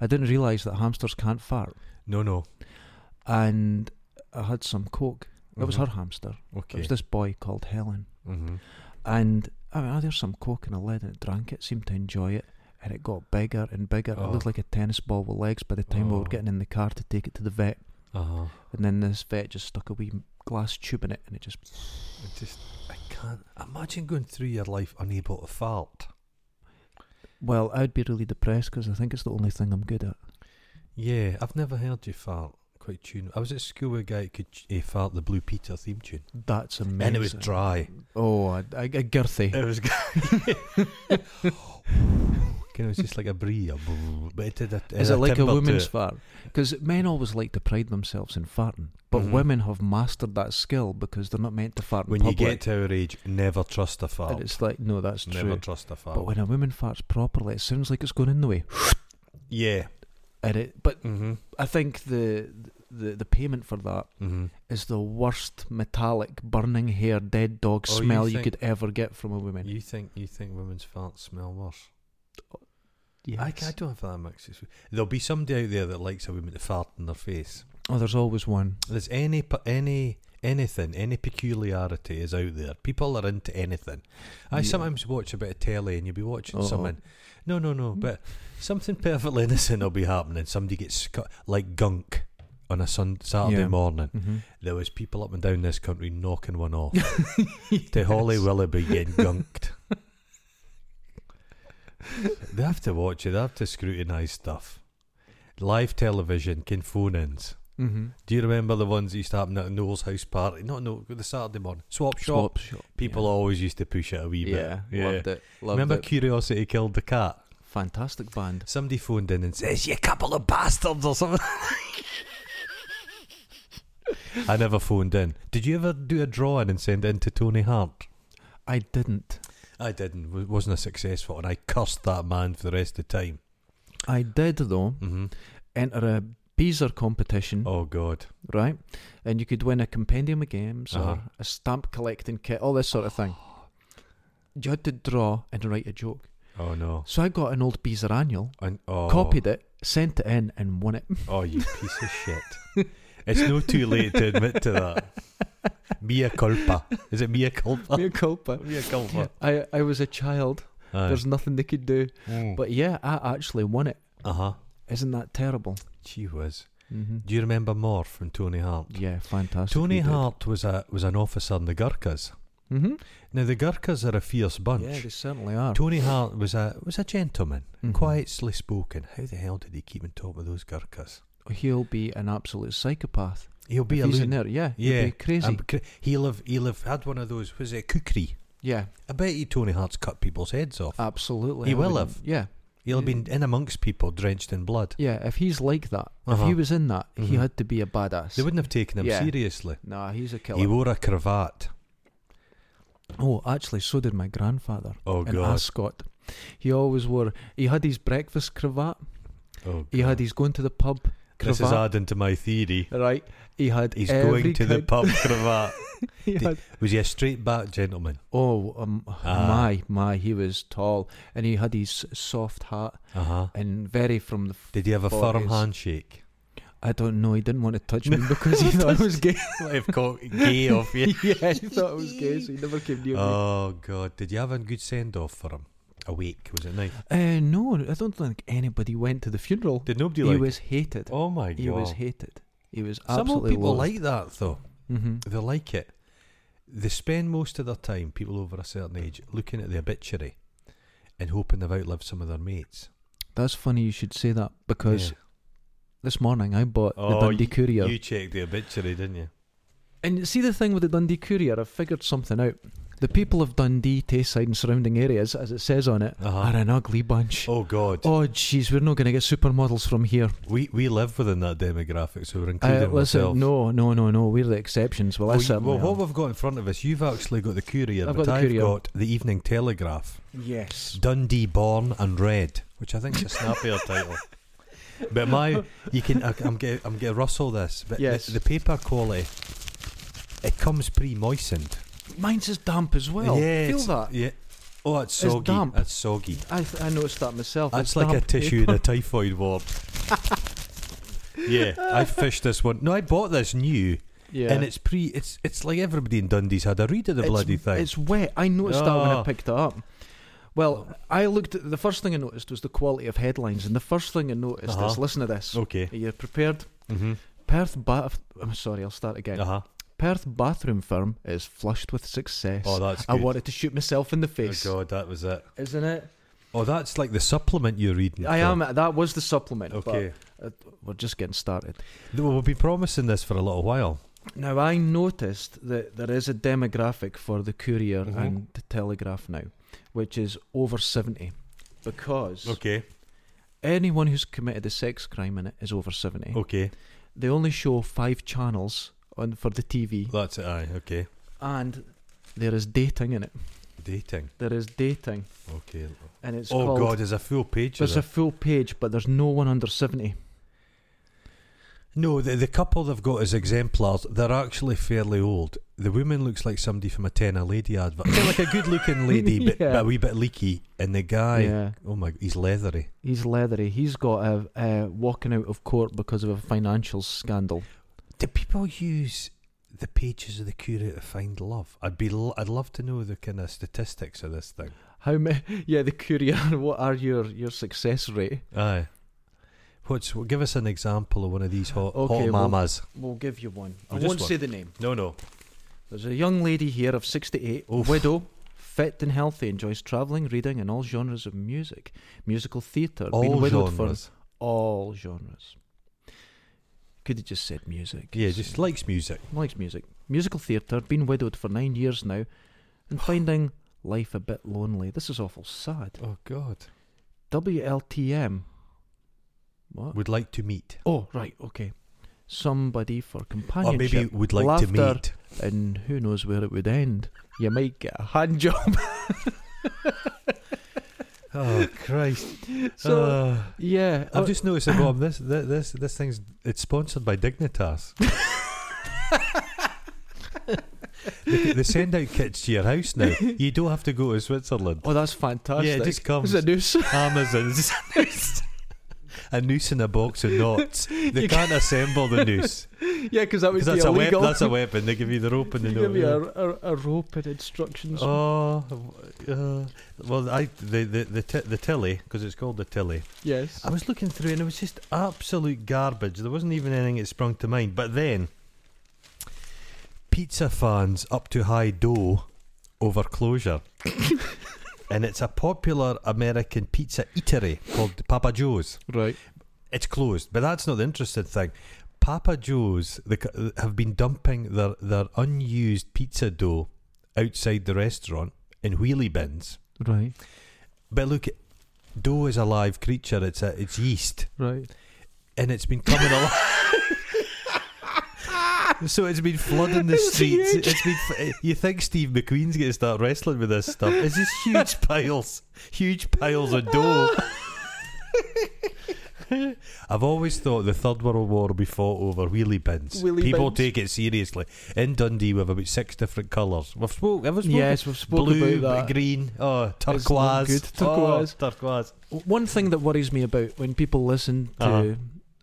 [SPEAKER 1] I didn't realise that hamsters can't fart.
[SPEAKER 2] No, no.
[SPEAKER 1] And I had some coke. It was her
[SPEAKER 2] Mhm.
[SPEAKER 1] hamster. It
[SPEAKER 2] Okay.
[SPEAKER 1] was this boy called Helen.
[SPEAKER 2] Mm-hmm.
[SPEAKER 1] And I mean, oh, there's some coke in a lid and it drank it, seemed to enjoy it. And it got bigger and bigger. It looked
[SPEAKER 2] Oh.
[SPEAKER 1] like a tennis ball with legs by the time we
[SPEAKER 2] Oh.
[SPEAKER 1] were getting in the car to take it to the vet.
[SPEAKER 2] Uh huh.
[SPEAKER 1] And then this vet just stuck a wee glass tube in it and it just.
[SPEAKER 2] I just, I can't imagine going through your life unable to fart.
[SPEAKER 1] Well, I'd be really depressed because I think it's the only thing I'm good at.
[SPEAKER 2] Yeah, I've never heard you fart quite tune. I was at school with a guy who could ch- he fart the Blue Peter theme tune,
[SPEAKER 1] That's amazing.
[SPEAKER 2] and it was Uh, dry.
[SPEAKER 1] Oh, I, I, I girthy.
[SPEAKER 2] It was. g- Kind of just like a breathe, a boo- but it did a,
[SPEAKER 1] Is it like a
[SPEAKER 2] timbre to
[SPEAKER 1] woman's
[SPEAKER 2] it.
[SPEAKER 1] fart? Because men always like to pride themselves in farting, but
[SPEAKER 2] Mhm.
[SPEAKER 1] women have mastered that skill because they're not meant to fart in
[SPEAKER 2] When you
[SPEAKER 1] public.
[SPEAKER 2] get to our age, never trust a
[SPEAKER 1] and
[SPEAKER 2] fart.
[SPEAKER 1] it's like, no, that's
[SPEAKER 2] Never
[SPEAKER 1] true.
[SPEAKER 2] trust a fart.
[SPEAKER 1] But when a woman farts properly, it sounds like it's going in the way.
[SPEAKER 2] yeah.
[SPEAKER 1] And it, but
[SPEAKER 2] Mm-hmm.
[SPEAKER 1] I think the, the the payment for that
[SPEAKER 2] Mm-hmm.
[SPEAKER 1] is the worst metallic, burning hair, dead dog
[SPEAKER 2] Oh, you
[SPEAKER 1] smell you,
[SPEAKER 2] think-
[SPEAKER 1] could ever get from a woman.
[SPEAKER 2] You think you think women's farts smell worse? I,
[SPEAKER 1] Yes.
[SPEAKER 2] I don't have that mix. It's- There'll be somebody out there that likes a woman to fart in their face.
[SPEAKER 1] Oh, there's always one.
[SPEAKER 2] There's any p- any anything any peculiarity is out there. People are into anything. I
[SPEAKER 1] Yeah. Uh-huh.
[SPEAKER 2] sometimes watch a bit of telly and you'll be watching
[SPEAKER 1] Uh-oh.
[SPEAKER 2] someone. No, no, no. But something perfectly innocent will be happening. Somebody gets scu- like gunk on a sun- Saturday
[SPEAKER 1] Yeah.
[SPEAKER 2] morning.
[SPEAKER 1] hmm
[SPEAKER 2] There was people up and down this country knocking one off. to Holly Willoughby getting gunked. they have to watch it. They have to scrutinise stuff. Live television, can phone-ins.
[SPEAKER 1] hmm
[SPEAKER 2] Do you remember the ones that used to happen at Noel's house party? Not Noel, the Saturday morning. Swap
[SPEAKER 1] Swap
[SPEAKER 2] shop.
[SPEAKER 1] shop.
[SPEAKER 2] People always used to push it a wee
[SPEAKER 1] yeah. Yeah,
[SPEAKER 2] bit. Yeah.
[SPEAKER 1] loved it. Loved
[SPEAKER 2] remember
[SPEAKER 1] it.
[SPEAKER 2] Curiosity Killed the Cat?
[SPEAKER 1] Fantastic band.
[SPEAKER 2] Somebody phoned in and says, You couple of bastards or something. I never phoned in. Did you ever do a drawing and send it in to Tony Hart?
[SPEAKER 1] I didn't.
[SPEAKER 2] I didn't. W- wasn't a successful, and I cursed that man for the rest of the time.
[SPEAKER 1] I did though
[SPEAKER 2] Mm-hmm.
[SPEAKER 1] enter a These are competition,
[SPEAKER 2] Oh God.
[SPEAKER 1] right? And you could win a compendium of games
[SPEAKER 2] Uh-huh.
[SPEAKER 1] or a stamp collecting kit, all this sort of thing. You had to draw and write a joke.
[SPEAKER 2] Oh no.
[SPEAKER 1] So I got an old Beezer annual,
[SPEAKER 2] And, oh,
[SPEAKER 1] copied it, sent it in, and won it.
[SPEAKER 2] Oh, you piece of shit. It's no too late to admit to that. Mia culpa. Is it mia culpa?
[SPEAKER 1] Mea culpa.
[SPEAKER 2] Mia culpa.
[SPEAKER 1] I, I was a child. There's nothing they could do.
[SPEAKER 2] But
[SPEAKER 1] But yeah, I actually won it.
[SPEAKER 2] uh huh.
[SPEAKER 1] Isn't that terrible?
[SPEAKER 2] She was.
[SPEAKER 1] Mm-hmm.
[SPEAKER 2] Do you remember more from Tony Hart?
[SPEAKER 1] Yeah, fantastic.
[SPEAKER 2] Tony Hart was a was an officer in the Gurkhas.
[SPEAKER 1] Mm-hmm.
[SPEAKER 2] Now the Gurkhas are a fierce bunch.
[SPEAKER 1] Yeah, they certainly are.
[SPEAKER 2] Tony Hart was a was a gentleman,
[SPEAKER 1] Mhm.
[SPEAKER 2] quietly spoken. How the hell did he keep in top of those Gurkhas?
[SPEAKER 1] He'll be an absolute psychopath.
[SPEAKER 2] He'll be
[SPEAKER 1] If
[SPEAKER 2] a
[SPEAKER 1] he's in
[SPEAKER 2] loon.
[SPEAKER 1] there, yeah. he'll
[SPEAKER 2] Yeah,
[SPEAKER 1] be crazy.
[SPEAKER 2] I'm cra- he'll have he'll have had one of those. Was it kukri?
[SPEAKER 1] yeah,
[SPEAKER 2] I bet you Tony Hart's cut people's heads off.
[SPEAKER 1] absolutely.
[SPEAKER 2] He
[SPEAKER 1] I
[SPEAKER 2] will
[SPEAKER 1] wouldn't-
[SPEAKER 2] have.
[SPEAKER 1] Yeah,
[SPEAKER 2] He'll have been in amongst people, drenched in blood.
[SPEAKER 1] yeah. If he's like that,
[SPEAKER 2] Uh-huh.
[SPEAKER 1] if he was in that, he
[SPEAKER 2] Mhm.
[SPEAKER 1] had to be a badass.
[SPEAKER 2] They wouldn't have taken him
[SPEAKER 1] Yeah.
[SPEAKER 2] seriously.
[SPEAKER 1] Nah, he's a killer.
[SPEAKER 2] He wore a cravat.
[SPEAKER 1] oh, actually, so did my grandfather
[SPEAKER 2] Oh
[SPEAKER 1] in
[SPEAKER 2] god!
[SPEAKER 1] Ascot. He always wore. He had his breakfast cravat.
[SPEAKER 2] Oh,
[SPEAKER 1] He had his going to the pub
[SPEAKER 2] This
[SPEAKER 1] cravat.
[SPEAKER 2] is adding to my theory.
[SPEAKER 1] right. He had.
[SPEAKER 2] He's
[SPEAKER 1] every
[SPEAKER 2] going to the
[SPEAKER 1] kind-
[SPEAKER 2] pub cravat.
[SPEAKER 1] he
[SPEAKER 2] Did-
[SPEAKER 1] had-
[SPEAKER 2] Was he a straight back gentleman?
[SPEAKER 1] oh um,
[SPEAKER 2] Ah.
[SPEAKER 1] my my! He was tall, and he had his soft hat
[SPEAKER 2] Uh huh.
[SPEAKER 1] and very from the
[SPEAKER 2] Did he have a firm
[SPEAKER 1] Bodies.
[SPEAKER 2] handshake?
[SPEAKER 1] I don't know. He didn't want to touch me because he thought I was gay.
[SPEAKER 2] Might have caught gay off you.
[SPEAKER 1] yeah, he thought I was gay, so he never came near me.
[SPEAKER 2] Oh god! Did you have a good send off for him? Awake was it nice?
[SPEAKER 1] Uh, no, I don't think anybody went to the funeral.
[SPEAKER 2] Did nobody
[SPEAKER 1] he
[SPEAKER 2] like?
[SPEAKER 1] was hated.
[SPEAKER 2] oh my
[SPEAKER 1] he
[SPEAKER 2] god!
[SPEAKER 1] was hated. He was
[SPEAKER 2] Some old
[SPEAKER 1] absolutely
[SPEAKER 2] people
[SPEAKER 1] loathed.
[SPEAKER 2] like that though.
[SPEAKER 1] Mhm.
[SPEAKER 2] They like it. They spend most of their time, people over a certain age, looking at the obituary and hoping they've outlived some of their mates.
[SPEAKER 1] That's funny you should say that because
[SPEAKER 2] Yeah.
[SPEAKER 1] this morning I bought the
[SPEAKER 2] Oh,
[SPEAKER 1] Dundee Courier.
[SPEAKER 2] you checked the obituary, didn't you?
[SPEAKER 1] And you see the thing with the Dundee Courier, I've figured something out. The people of Dundee, Tayside, and surrounding areas, as it says on it,
[SPEAKER 2] Uh-huh.
[SPEAKER 1] are an ugly bunch.
[SPEAKER 2] Oh God,
[SPEAKER 1] Oh, jeez, we're not going to get supermodels from here.
[SPEAKER 2] we we live within that demographic, so we're
[SPEAKER 1] Uh,
[SPEAKER 2] including
[SPEAKER 1] listen,
[SPEAKER 2] ourselves.
[SPEAKER 1] no, no, no, no. We're the exceptions. Well, I
[SPEAKER 2] well, you-
[SPEAKER 1] certainly
[SPEAKER 2] well, what
[SPEAKER 1] am.
[SPEAKER 2] we've got in front of us, you've actually got the Courier,
[SPEAKER 1] I've
[SPEAKER 2] but
[SPEAKER 1] got the
[SPEAKER 2] I've
[SPEAKER 1] Courier.
[SPEAKER 2] got the Evening Telegraph,
[SPEAKER 1] Yes.
[SPEAKER 2] Dundee Born and Red, which I think is a snappier title. But my, you can, I, I'm get, I'm get Russell this, but the-
[SPEAKER 1] Yes.
[SPEAKER 2] the, paper quality, it comes pre-moistened.
[SPEAKER 1] Mine's is damp as well.
[SPEAKER 2] yeah,
[SPEAKER 1] Feel
[SPEAKER 2] it's-
[SPEAKER 1] that?
[SPEAKER 2] Yeah. Oh, it's soggy. It's
[SPEAKER 1] damp.
[SPEAKER 2] soggy.
[SPEAKER 1] I, th- I noticed that myself.
[SPEAKER 2] That's
[SPEAKER 1] It's
[SPEAKER 2] like a
[SPEAKER 1] damp
[SPEAKER 2] tissue in
[SPEAKER 1] paper.
[SPEAKER 2] a typhoid ward. yeah, I fished this one. No, I bought this new,
[SPEAKER 1] Yeah.
[SPEAKER 2] and it's pre. It's it's like everybody in Dundee's had a read of the
[SPEAKER 1] It's-
[SPEAKER 2] bloody thing.
[SPEAKER 1] It's wet. I noticed that when I
[SPEAKER 2] Oh.
[SPEAKER 1] picked it up. Well, I looked. At, the first thing I noticed was the quality of headlines, and the first thing I noticed
[SPEAKER 2] Uh-huh.
[SPEAKER 1] is listen to this.
[SPEAKER 2] okay.
[SPEAKER 1] Are you prepared?
[SPEAKER 2] Mm-hmm.
[SPEAKER 1] Perth bath. I'm sorry. I'll start again.
[SPEAKER 2] Uh huh.
[SPEAKER 1] Perth bathroom firm is flushed with success.
[SPEAKER 2] Oh, that's.
[SPEAKER 1] I
[SPEAKER 2] good.
[SPEAKER 1] wanted to shoot myself in the
[SPEAKER 2] Oh
[SPEAKER 1] face.
[SPEAKER 2] God, that was it.
[SPEAKER 1] Isn't it?
[SPEAKER 2] Oh, that's like the supplement you're reading.
[SPEAKER 1] I
[SPEAKER 2] from.
[SPEAKER 1] am. That was the supplement. Okay.
[SPEAKER 2] Okay.
[SPEAKER 1] we're just getting started.
[SPEAKER 2] Th- We'll be promising this for a little while.
[SPEAKER 1] Now, I noticed that there is a demographic for the Courier
[SPEAKER 2] Mhm.
[SPEAKER 1] and the Telegraph now, which is over 70. Because
[SPEAKER 2] Okay.
[SPEAKER 1] anyone who's committed a sex crime in it is over 70.
[SPEAKER 2] Okay.
[SPEAKER 1] They only show five channels on for the TV,
[SPEAKER 2] That's it. Aye. Okay.
[SPEAKER 1] and there is dating in it.
[SPEAKER 2] Dating.
[SPEAKER 1] There is dating,
[SPEAKER 2] Okay.
[SPEAKER 1] and it's
[SPEAKER 2] oh
[SPEAKER 1] called.
[SPEAKER 2] God, there's a full page. of
[SPEAKER 1] There's
[SPEAKER 2] it.
[SPEAKER 1] a full page, but there's no one under 70.
[SPEAKER 2] No, the, the couple they've got as exemplars, they're actually fairly old. The woman looks like somebody from a Tenor Lady advert. Kind of like a good looking lady, but,
[SPEAKER 1] Yeah.
[SPEAKER 2] but a wee bit leaky. And the guy,
[SPEAKER 1] Yeah.
[SPEAKER 2] oh my, he's leathery.
[SPEAKER 1] He's leathery. He's got a, a walking out of court because of a financial scandal.
[SPEAKER 2] Do people use the pages of the Curate to find love? I'd be, l- I'd love to know the kind of statistics of this thing.
[SPEAKER 1] How many? Yeah, the courier. What are your your success rate?
[SPEAKER 2] Aye. What's, well, give us an example of one of these hot,
[SPEAKER 1] Okay,
[SPEAKER 2] hot
[SPEAKER 1] well-
[SPEAKER 2] mamas.
[SPEAKER 1] We'll give you one.
[SPEAKER 2] Oh,
[SPEAKER 1] I
[SPEAKER 2] just
[SPEAKER 1] won't
[SPEAKER 2] one.
[SPEAKER 1] say the name.
[SPEAKER 2] No, no.
[SPEAKER 1] There's a young lady here of 68,
[SPEAKER 2] Oof.
[SPEAKER 1] widow, fit and healthy, enjoys travelling, reading, and all genres of music, musical theatre, been
[SPEAKER 2] All
[SPEAKER 1] widowed
[SPEAKER 2] genres.
[SPEAKER 1] for all genres. Could have just said music.
[SPEAKER 2] Yeah, just likes music.
[SPEAKER 1] likes music, musical theatre, been widowed for nine years now, and finding life a bit lonely. This is awful sad.
[SPEAKER 2] Oh, God.
[SPEAKER 1] WLTM. What?
[SPEAKER 2] Would like to meet.
[SPEAKER 1] Oh, right, okay. Somebody for
[SPEAKER 2] Or
[SPEAKER 1] companionship.
[SPEAKER 2] maybe would like to
[SPEAKER 1] laughter,
[SPEAKER 2] meet.
[SPEAKER 1] and who knows where it would end. You might get a hand job.
[SPEAKER 2] Oh Christ!
[SPEAKER 1] So
[SPEAKER 2] Oh.
[SPEAKER 1] yeah,
[SPEAKER 2] I've
[SPEAKER 1] oh,
[SPEAKER 2] just noticed that Bob. This thi- this this thing's it's sponsored by Dignitas. they, they send out kits to your house now. You don't have to go to Switzerland.
[SPEAKER 1] oh, that's fantastic.
[SPEAKER 2] Yeah, it just comes.
[SPEAKER 1] It's a noose.
[SPEAKER 2] Amazons. a noose in a box of knots. They
[SPEAKER 1] You
[SPEAKER 2] can't assemble the noose
[SPEAKER 1] yeah, because that would
[SPEAKER 2] because
[SPEAKER 1] be
[SPEAKER 2] that's a
[SPEAKER 1] illegal.
[SPEAKER 2] weapon. That's a weapon. They give you the rope and the
[SPEAKER 1] You give
[SPEAKER 2] note.
[SPEAKER 1] me a, a, a rope and instructions.
[SPEAKER 2] Oh, uh, well, I the the the, t- the tilly because it's called the tilly.
[SPEAKER 1] yes.
[SPEAKER 2] I was looking through and it was just absolute garbage. There wasn't even anything that sprung to mind. But then, pizza fans up to high dough over closure. and it's a popular American pizza eatery called Papa Joe's.
[SPEAKER 1] right.
[SPEAKER 2] It's closed, but that's not the interesting thing. Papa Joe's the, c- have been dumping their, their unused pizza dough outside the restaurant in wheelie bins.
[SPEAKER 1] Right.
[SPEAKER 2] But look, dough is a live creature. It's a, it's yeast
[SPEAKER 1] Right.
[SPEAKER 2] and it's been coming alive. so it's been flooding the
[SPEAKER 1] It's
[SPEAKER 2] streets.
[SPEAKER 1] huge.
[SPEAKER 2] It's been. f- eh, You think Steve McQueen's going to start wrestling with this stuff? It's just huge piles, huge piles of dough. I've always thought the Third World War will be fought over wheelie bins.
[SPEAKER 1] Wheelie
[SPEAKER 2] People
[SPEAKER 1] bins.
[SPEAKER 2] take it seriously. In Dundee, we have about six different colours. We've spoke. Have we spoken?
[SPEAKER 1] Yes, we've spoken
[SPEAKER 2] Blue,
[SPEAKER 1] about that.
[SPEAKER 2] green, oh,
[SPEAKER 1] not
[SPEAKER 2] turquoise,
[SPEAKER 1] good.
[SPEAKER 2] Oh,
[SPEAKER 1] Turquoise.
[SPEAKER 2] turquoise.
[SPEAKER 1] One thing that worries me about when people listen to
[SPEAKER 2] Uh-huh.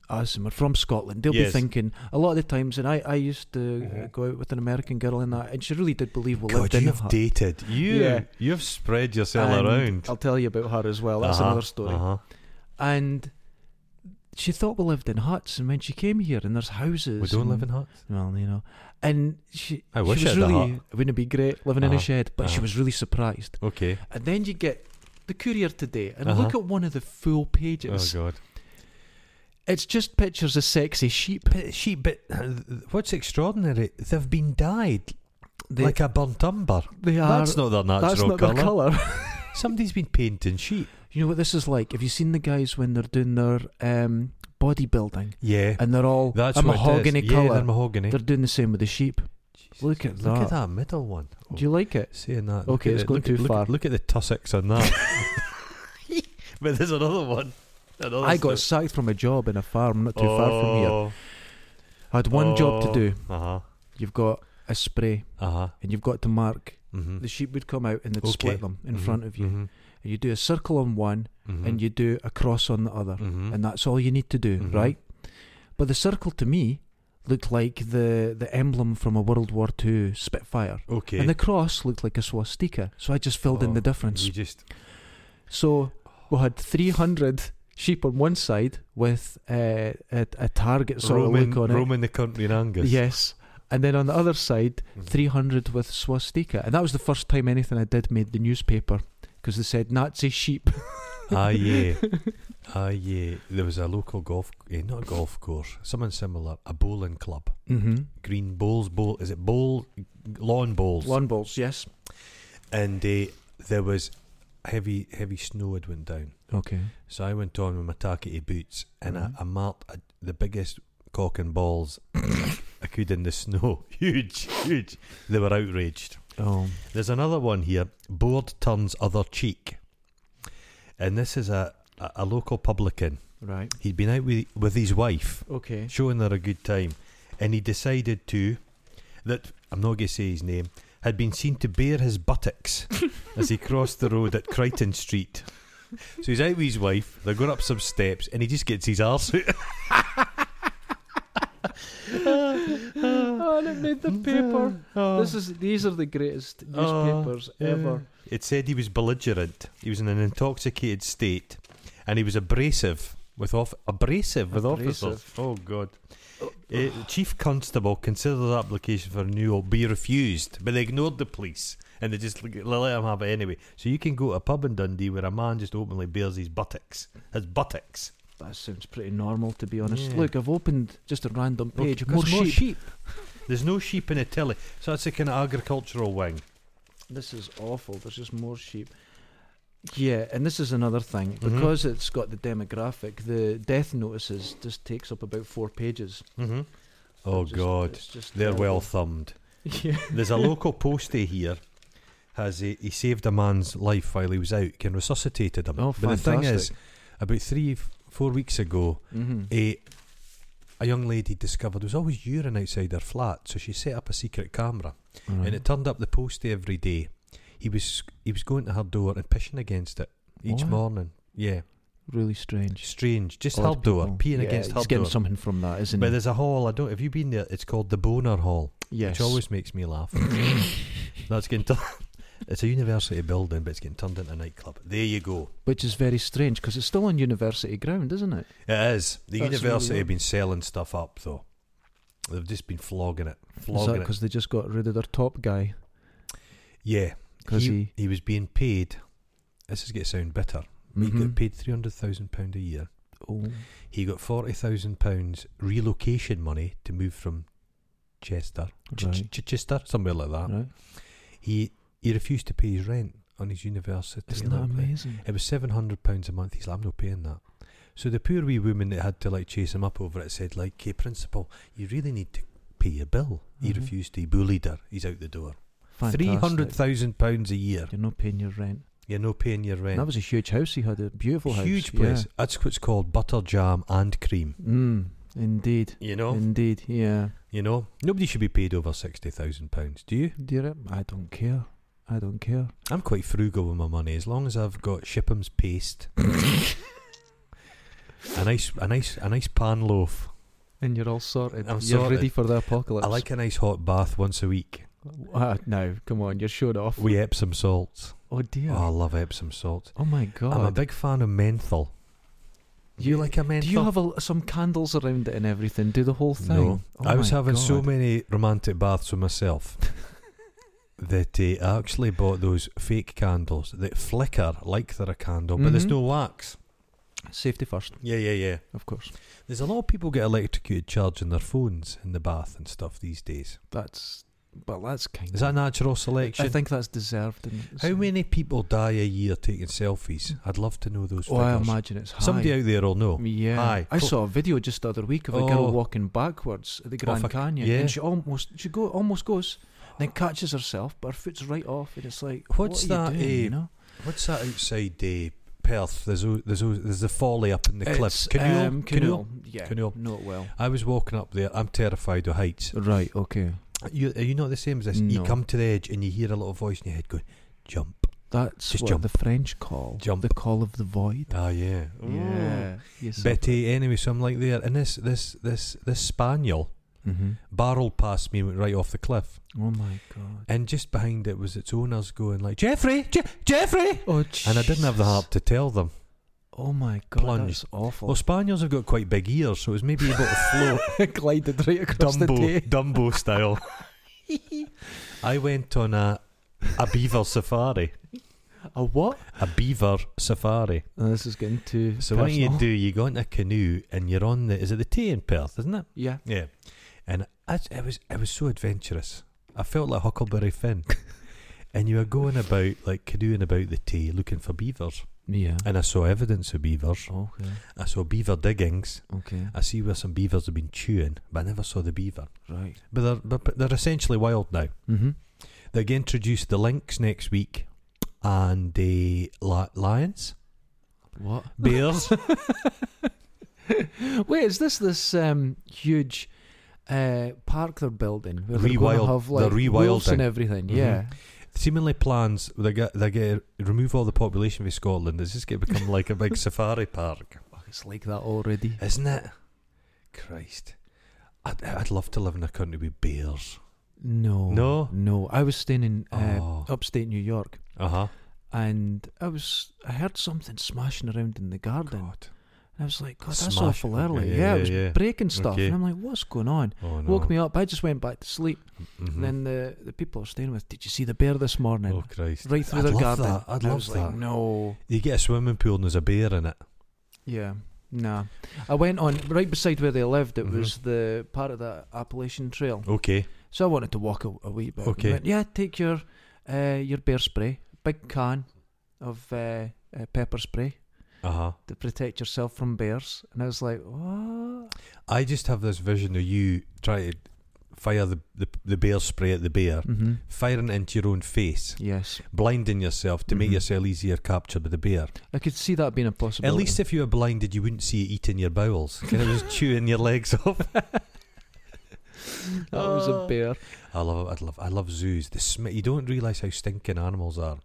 [SPEAKER 1] us and we're from Scotland, they'll
[SPEAKER 2] Yes.
[SPEAKER 1] be thinking a lot of the times, and I, I used to uh,
[SPEAKER 2] Mhm.
[SPEAKER 1] go out with an American girl and that, and she really did believe we
[SPEAKER 2] God,
[SPEAKER 1] lived in
[SPEAKER 2] you've
[SPEAKER 1] her.
[SPEAKER 2] dated. You,
[SPEAKER 1] Yeah.
[SPEAKER 2] you've spread yourself
[SPEAKER 1] And
[SPEAKER 2] around.
[SPEAKER 1] I'll tell you about her as well. That's
[SPEAKER 2] Uh-huh,
[SPEAKER 1] another story.
[SPEAKER 2] uh-huh.
[SPEAKER 1] And she thought we lived in huts, and when she came here, and there's houses.
[SPEAKER 2] We don't
[SPEAKER 1] and-
[SPEAKER 2] live in huts.
[SPEAKER 1] Well, you know, and she.
[SPEAKER 2] I wish
[SPEAKER 1] she
[SPEAKER 2] I
[SPEAKER 1] was
[SPEAKER 2] had a
[SPEAKER 1] really.
[SPEAKER 2] hut.
[SPEAKER 1] Wouldn't it be great living in a
[SPEAKER 2] Uh-huh,
[SPEAKER 1] shed? But she
[SPEAKER 2] uh-huh.
[SPEAKER 1] was really surprised.
[SPEAKER 2] Okay.
[SPEAKER 1] And then you get the Courier today, and
[SPEAKER 2] Uh-huh.
[SPEAKER 1] look at one of the full pages.
[SPEAKER 2] Oh God.
[SPEAKER 1] it's just pictures of sexy sheep.
[SPEAKER 2] But she, but uh, what's extraordinary? They've been dyed
[SPEAKER 1] They,
[SPEAKER 2] like a burnt umber.
[SPEAKER 1] they are.
[SPEAKER 2] that's not their natural
[SPEAKER 1] that's not their
[SPEAKER 2] colour.
[SPEAKER 1] colour.
[SPEAKER 2] Somebody's been painting sheep.
[SPEAKER 1] you know what this is like? Have you seen the guys when they're doing their um, bodybuilding
[SPEAKER 2] Yeah,
[SPEAKER 1] and they're all
[SPEAKER 2] that's
[SPEAKER 1] a
[SPEAKER 2] what it is.
[SPEAKER 1] mahogany
[SPEAKER 2] Yeah,
[SPEAKER 1] colour?
[SPEAKER 2] they're mahogany.
[SPEAKER 1] They're doing the same with the sheep.
[SPEAKER 2] Jesus.
[SPEAKER 1] Look at
[SPEAKER 2] Look
[SPEAKER 1] that.
[SPEAKER 2] at that middle one. Oh,
[SPEAKER 1] Do you like it?
[SPEAKER 2] saying that. look
[SPEAKER 1] Okay,
[SPEAKER 2] at
[SPEAKER 1] it's
[SPEAKER 2] it,
[SPEAKER 1] going
[SPEAKER 2] look
[SPEAKER 1] too
[SPEAKER 2] at, look at-
[SPEAKER 1] far.
[SPEAKER 2] Look at the tussocks on that. but there's another one. Another
[SPEAKER 1] I got
[SPEAKER 2] stuff.
[SPEAKER 1] sacked from a job in a farm not too far from here.
[SPEAKER 2] Oh,
[SPEAKER 1] I had one job to
[SPEAKER 2] oh.
[SPEAKER 1] do.
[SPEAKER 2] Uh-huh.
[SPEAKER 1] You've got a spray,
[SPEAKER 2] Uh-huh.
[SPEAKER 1] and you've got to mark.
[SPEAKER 2] Mm-hmm.
[SPEAKER 1] The sheep would come out and they'd
[SPEAKER 2] Okay.
[SPEAKER 1] split them in front of you.
[SPEAKER 2] hmm
[SPEAKER 1] And you do a circle on one,
[SPEAKER 2] hmm
[SPEAKER 1] and you do a cross on the other.
[SPEAKER 2] hmm
[SPEAKER 1] and that's all you need to do,
[SPEAKER 2] Mhm.
[SPEAKER 1] right? But the circle to me looked like the, the emblem from a World War II Spitfire.
[SPEAKER 2] okay.
[SPEAKER 1] And the cross looked like a swastika. So I just filled in
[SPEAKER 2] Oh,
[SPEAKER 1] the difference.
[SPEAKER 2] You just
[SPEAKER 1] So we had 300 sheep on one side with uh, a, a target sort
[SPEAKER 2] roaming,
[SPEAKER 1] of look on
[SPEAKER 2] roaming the country in
[SPEAKER 1] it.
[SPEAKER 2] Angus.
[SPEAKER 1] Yes. And then on the other side,
[SPEAKER 2] Mhm.
[SPEAKER 1] 300 with swastika. And that was the first time anything I did made the newspaper because they said Nazi sheep.
[SPEAKER 2] Ah yeah, ah yeah. There was a local golf, eh, not a golf course, something similar, a bowling club,
[SPEAKER 1] hmm
[SPEAKER 2] green bowls, bowl. Is it bowl, lawn bowls?
[SPEAKER 1] Lawn balls, yes.
[SPEAKER 2] And eh, there was heavy, heavy snow had went down.
[SPEAKER 1] Okay.
[SPEAKER 2] So I went on with my Takati boots and
[SPEAKER 1] Mhm.
[SPEAKER 2] I, I marked a, the biggest cock and balls I could in the snow. Huge, huge. They were outraged.
[SPEAKER 1] Oh.
[SPEAKER 2] There's another one here. Board turns other cheek, and this is a a, a local publican.
[SPEAKER 1] Right.
[SPEAKER 2] He'd been out with with his wife,
[SPEAKER 1] Okay.
[SPEAKER 2] showing her a good time, and he decided to that I'm not going to say his name had been seen to bare his buttocks as he crossed the road at Crichton Street. So he's out with his wife. They're going up some steps, and he just gets his arse out.
[SPEAKER 1] oh, and it Oh. made the paper. This is these are the greatest
[SPEAKER 2] Oh,
[SPEAKER 1] newspapers
[SPEAKER 2] yeah.
[SPEAKER 1] ever.
[SPEAKER 2] It said he was belligerent. He was in an intoxicated state, and he was abrasive with off abrasive with officers.
[SPEAKER 1] Abrasive.
[SPEAKER 2] Oh God! Eh, Chief Constable considered the application for renewal be refused, but they ignored the police and they just l- let him have it anyway. So you can go to a pub in Dundee where a man just openly bears his buttocks, his buttocks.
[SPEAKER 1] That sounds pretty normal, to be honest.
[SPEAKER 2] Yeah.
[SPEAKER 1] Look, I've opened just a random page.
[SPEAKER 2] Okay,
[SPEAKER 1] More,
[SPEAKER 2] 'cause
[SPEAKER 1] sheep.
[SPEAKER 2] There's no sheep in Italy, so that's a kind of agricultural wing.
[SPEAKER 1] This is awful. There's just more sheep. Yeah, and this is another thing
[SPEAKER 2] Mhm.
[SPEAKER 1] because it's got the demographic. The death notices just takes up about four pages.
[SPEAKER 2] Mm-hmm. Oh
[SPEAKER 1] Just-
[SPEAKER 2] God!
[SPEAKER 1] it's just
[SPEAKER 2] They're
[SPEAKER 1] terrible.
[SPEAKER 2] well thumbed.
[SPEAKER 1] Yeah.
[SPEAKER 2] There's a local postie eh, here has eh, he, he saved a man's life while he was out, can resuscitated him.
[SPEAKER 1] Oh,
[SPEAKER 2] but the thing is,
[SPEAKER 1] fantastic.
[SPEAKER 2] about three, f- four weeks ago,
[SPEAKER 1] Mm-hmm.
[SPEAKER 2] a, a young lady discovered there was always urine outside her flat, so she set up a secret camera
[SPEAKER 1] Mm-hmm.
[SPEAKER 2] and it turned up the postie every day. He was he was going to her door and pissing against it each
[SPEAKER 1] What?
[SPEAKER 2] morning. Yeah,
[SPEAKER 1] really strange.
[SPEAKER 2] strange. Just
[SPEAKER 1] Odd
[SPEAKER 2] her door,
[SPEAKER 1] people.
[SPEAKER 2] peeing
[SPEAKER 1] Yeah,
[SPEAKER 2] against her
[SPEAKER 1] He's getting
[SPEAKER 2] door.
[SPEAKER 1] something from that, isn't
[SPEAKER 2] But
[SPEAKER 1] he?
[SPEAKER 2] there's a hall. I don't. Have you been there? It's called the Boner Hall,
[SPEAKER 1] Yes.
[SPEAKER 2] which always makes me laugh. That's getting turned. It's a university building, but it's getting turned into a nightclub. There you go.
[SPEAKER 1] Which is very strange because it's still on university ground, isn't it?
[SPEAKER 2] It is.
[SPEAKER 1] That's
[SPEAKER 2] The
[SPEAKER 1] really
[SPEAKER 2] university have
[SPEAKER 1] odd.
[SPEAKER 2] been selling stuff up though. They've just been flogging it,
[SPEAKER 1] Is that
[SPEAKER 2] flogging it.
[SPEAKER 1] because they just got rid of their top guy?
[SPEAKER 2] Yeah,
[SPEAKER 1] 'Cause
[SPEAKER 2] he he was being paid. This is going to sound bitter. He
[SPEAKER 1] Mhm.
[SPEAKER 2] got paid three hundred thousand pound a year.
[SPEAKER 1] Oh,
[SPEAKER 2] He got forty thousand pounds relocation money to move from Chester, Ch-
[SPEAKER 1] right,
[SPEAKER 2] Ch- Chichester, somewhere like that.
[SPEAKER 1] right.
[SPEAKER 2] He he refused to pay his rent on his university.
[SPEAKER 1] Isn't that
[SPEAKER 2] like that.
[SPEAKER 1] amazing?
[SPEAKER 2] It was seven hundred pounds a month. He's like, I'm not paying that. So the poor wee woman that had to like chase him up over it said, like, "Hey, principal, you really need to pay your bill." He
[SPEAKER 1] Mhm.
[SPEAKER 2] refused. He bullied her. He's out the door.
[SPEAKER 1] Fantastic.
[SPEAKER 2] Three hundred thousand pounds a year.
[SPEAKER 1] You're not paying your rent.
[SPEAKER 2] You're not paying your rent.
[SPEAKER 1] That was a huge house he had, a beautiful house.
[SPEAKER 2] huge
[SPEAKER 1] yeah.
[SPEAKER 2] place. That's what's called butter jam and cream.
[SPEAKER 1] Mm, indeed.
[SPEAKER 2] You know,
[SPEAKER 1] Indeed, yeah.
[SPEAKER 2] you know, nobody should be paid over sixty thousand pounds. Do you?
[SPEAKER 1] Do you re- I don't care. I don't care.
[SPEAKER 2] I'm quite frugal with my money. As long as I've got Shipham's paste, a nice, a nice, a nice pan loaf.
[SPEAKER 1] And you're all sorted.
[SPEAKER 2] I'm
[SPEAKER 1] you're
[SPEAKER 2] sorted.
[SPEAKER 1] ready for the apocalypse.
[SPEAKER 2] I like a nice hot bath once a week
[SPEAKER 1] Ah, no, come on, you're showing off.
[SPEAKER 2] with Epsom salts.
[SPEAKER 1] oh dear.
[SPEAKER 2] Oh, I love Epsom salts.
[SPEAKER 1] oh my
[SPEAKER 2] I'm a
[SPEAKER 1] god.
[SPEAKER 2] big fan of menthol. Do you like a menthol?
[SPEAKER 1] Do you have a, some candles around it and everything? Do the whole thing?
[SPEAKER 2] No,
[SPEAKER 1] Oh
[SPEAKER 2] I was
[SPEAKER 1] my
[SPEAKER 2] having so
[SPEAKER 1] God.
[SPEAKER 2] many romantic baths with myself that uh, I actually bought those fake candles that flicker like they're a candle, but there's
[SPEAKER 1] Mhm.
[SPEAKER 2] no wax.
[SPEAKER 1] Safety first,
[SPEAKER 2] Yeah, yeah, yeah.
[SPEAKER 1] of course.
[SPEAKER 2] There's a lot of people get electrocuted charging their phones in the bath and stuff these days.
[SPEAKER 1] That's well, that's kind
[SPEAKER 2] Is
[SPEAKER 1] of.
[SPEAKER 2] that natural
[SPEAKER 1] I
[SPEAKER 2] selection?
[SPEAKER 1] think that's deserved. And
[SPEAKER 2] How many people die a year taking selfies? I'd love to know those
[SPEAKER 1] Oh,
[SPEAKER 2] figures.
[SPEAKER 1] I imagine it's high.
[SPEAKER 2] Somebody out there will know.
[SPEAKER 1] Yeah,
[SPEAKER 2] Aye.
[SPEAKER 1] I
[SPEAKER 2] Cool.
[SPEAKER 1] saw a video just the other week of a
[SPEAKER 2] Oh.
[SPEAKER 1] girl walking backwards at the Grand
[SPEAKER 2] fuck.
[SPEAKER 1] Canyon,
[SPEAKER 2] Yeah.
[SPEAKER 1] and she almost she go almost goes, then catches herself, but her foot's right off, and it's like,
[SPEAKER 2] What's
[SPEAKER 1] what are
[SPEAKER 2] that,
[SPEAKER 1] You, doing,
[SPEAKER 2] eh,
[SPEAKER 1] you know,
[SPEAKER 2] What's that outside uh, Perth? There's o- there's o- there's the folly up in the cliffs.
[SPEAKER 1] It's,
[SPEAKER 2] Canoe,
[SPEAKER 1] um,
[SPEAKER 2] canoe.
[SPEAKER 1] Canoe, yeah,
[SPEAKER 2] Canoe.
[SPEAKER 1] know it well.
[SPEAKER 2] I was walking up there. I'm terrified of heights.
[SPEAKER 1] Right, okay,
[SPEAKER 2] You, are you not the same as this? You
[SPEAKER 1] No.
[SPEAKER 2] come to the edge and you hear a little voice in your head going, "Jump!"
[SPEAKER 1] that's
[SPEAKER 2] Just
[SPEAKER 1] what
[SPEAKER 2] jump.
[SPEAKER 1] the French call
[SPEAKER 2] Jump.
[SPEAKER 1] the call of the void.
[SPEAKER 2] Ah, yeah,
[SPEAKER 1] Yeah, Oh, yes,
[SPEAKER 2] Betty. Anyway, so I'm like there, and this this this this spaniel
[SPEAKER 1] hmm
[SPEAKER 2] barreled past me and went right off the cliff,
[SPEAKER 1] Oh my god.
[SPEAKER 2] and just behind it was its owners going like, "Jeffrey, Je- Jeffrey!"
[SPEAKER 1] Oh,
[SPEAKER 2] And I didn't have the heart to tell them.
[SPEAKER 1] Oh my god,
[SPEAKER 2] Plunge.
[SPEAKER 1] that's awful.
[SPEAKER 2] Well, spaniels have got quite big ears, so it was maybe able to float.
[SPEAKER 1] glided right across
[SPEAKER 2] Dumbo,
[SPEAKER 1] the day.
[SPEAKER 2] Dumbo style. I went on a a beaver safari,
[SPEAKER 1] A what?
[SPEAKER 2] a beaver safari.
[SPEAKER 1] Oh, this is getting too.
[SPEAKER 2] So what
[SPEAKER 1] personal.
[SPEAKER 2] you do? You go into a canoe and you're on the. Is it the Tay in Perth? Isn't it?
[SPEAKER 1] Yeah.
[SPEAKER 2] Yeah. And I, it was it was so adventurous. I felt like Huckleberry Finn. and you were going about like canoeing about the Tay, looking for beavers.
[SPEAKER 1] Yeah.
[SPEAKER 2] And I saw evidence of beavers.
[SPEAKER 1] Okay.
[SPEAKER 2] I saw beaver diggings.
[SPEAKER 1] Okay.
[SPEAKER 2] I see where some beavers have been chewing, but I never saw the beaver.
[SPEAKER 1] Right.
[SPEAKER 2] But they're but, but they're essentially wild now.
[SPEAKER 1] Mm-hmm.
[SPEAKER 2] They get introduced the lynx next week, and the li- lions,
[SPEAKER 1] What?
[SPEAKER 2] bears.
[SPEAKER 1] Wait, is this this um, huge uh, park they're building? Where they're
[SPEAKER 2] Rewild-
[SPEAKER 1] gonna have like
[SPEAKER 2] they're
[SPEAKER 1] wolves and
[SPEAKER 2] rewilding.
[SPEAKER 1] everything.
[SPEAKER 2] Mhm.
[SPEAKER 1] Yeah.
[SPEAKER 2] seemingly plans they get they get remove all the population of Scotland. It's just going to become like a big safari park,
[SPEAKER 1] Fuck, it's like that already.
[SPEAKER 2] isn't it? Christ, I'd, I'd love to live in a country with bears.
[SPEAKER 1] No.
[SPEAKER 2] No?
[SPEAKER 1] No. I was staying in uh,
[SPEAKER 2] Oh.
[SPEAKER 1] upstate New York,
[SPEAKER 2] Uh huh.
[SPEAKER 1] and I was I heard something smashing around in the garden.
[SPEAKER 2] God.
[SPEAKER 1] And I was like, God, that's
[SPEAKER 2] Smash.
[SPEAKER 1] awful
[SPEAKER 2] Okay,
[SPEAKER 1] early.
[SPEAKER 2] yeah,
[SPEAKER 1] Yeah,
[SPEAKER 2] yeah,
[SPEAKER 1] it was
[SPEAKER 2] yeah.
[SPEAKER 1] breaking stuff.
[SPEAKER 2] Okay.
[SPEAKER 1] And I'm like, what's going on?
[SPEAKER 2] Oh no.
[SPEAKER 1] Woke me up. I just went back to sleep.
[SPEAKER 2] Mhm.
[SPEAKER 1] And then the, the people I was staying with, did you see the bear this morning?
[SPEAKER 2] Oh Christ!
[SPEAKER 1] Right through
[SPEAKER 2] I'd
[SPEAKER 1] their
[SPEAKER 2] love
[SPEAKER 1] garden.
[SPEAKER 2] That. I'd
[SPEAKER 1] And I
[SPEAKER 2] love
[SPEAKER 1] was
[SPEAKER 2] that.
[SPEAKER 1] like, no.
[SPEAKER 2] You get a swimming pool and there's a bear in it.
[SPEAKER 1] Yeah. Nah. I went on, right beside where they lived, it
[SPEAKER 2] Mhm.
[SPEAKER 1] was the part of the Appalachian Trail.
[SPEAKER 2] Okay.
[SPEAKER 1] So I wanted to walk a, a wee bit. and
[SPEAKER 2] Okay.
[SPEAKER 1] went, yeah, take your, uh, your bear spray, big can of uh, uh, pepper spray
[SPEAKER 2] Uh huh.
[SPEAKER 1] to protect yourself from bears. And I was like, what?
[SPEAKER 2] I just have this vision of you trying to fire the, the, the bear spray at the bear,
[SPEAKER 1] hmm
[SPEAKER 2] firing into your own face,
[SPEAKER 1] Yes.
[SPEAKER 2] blinding yourself to make
[SPEAKER 1] Mhm.
[SPEAKER 2] yourself easier captured by the bear.
[SPEAKER 1] I could see that being a possibility.
[SPEAKER 2] At least if you were blinded, you wouldn't see it eating your bowels. Can it just chewing your legs off?
[SPEAKER 1] that was
[SPEAKER 2] "Oh."
[SPEAKER 1] a bear.
[SPEAKER 2] I love it. I love. I love zoos. The sm- you don't realise how stinking animals are.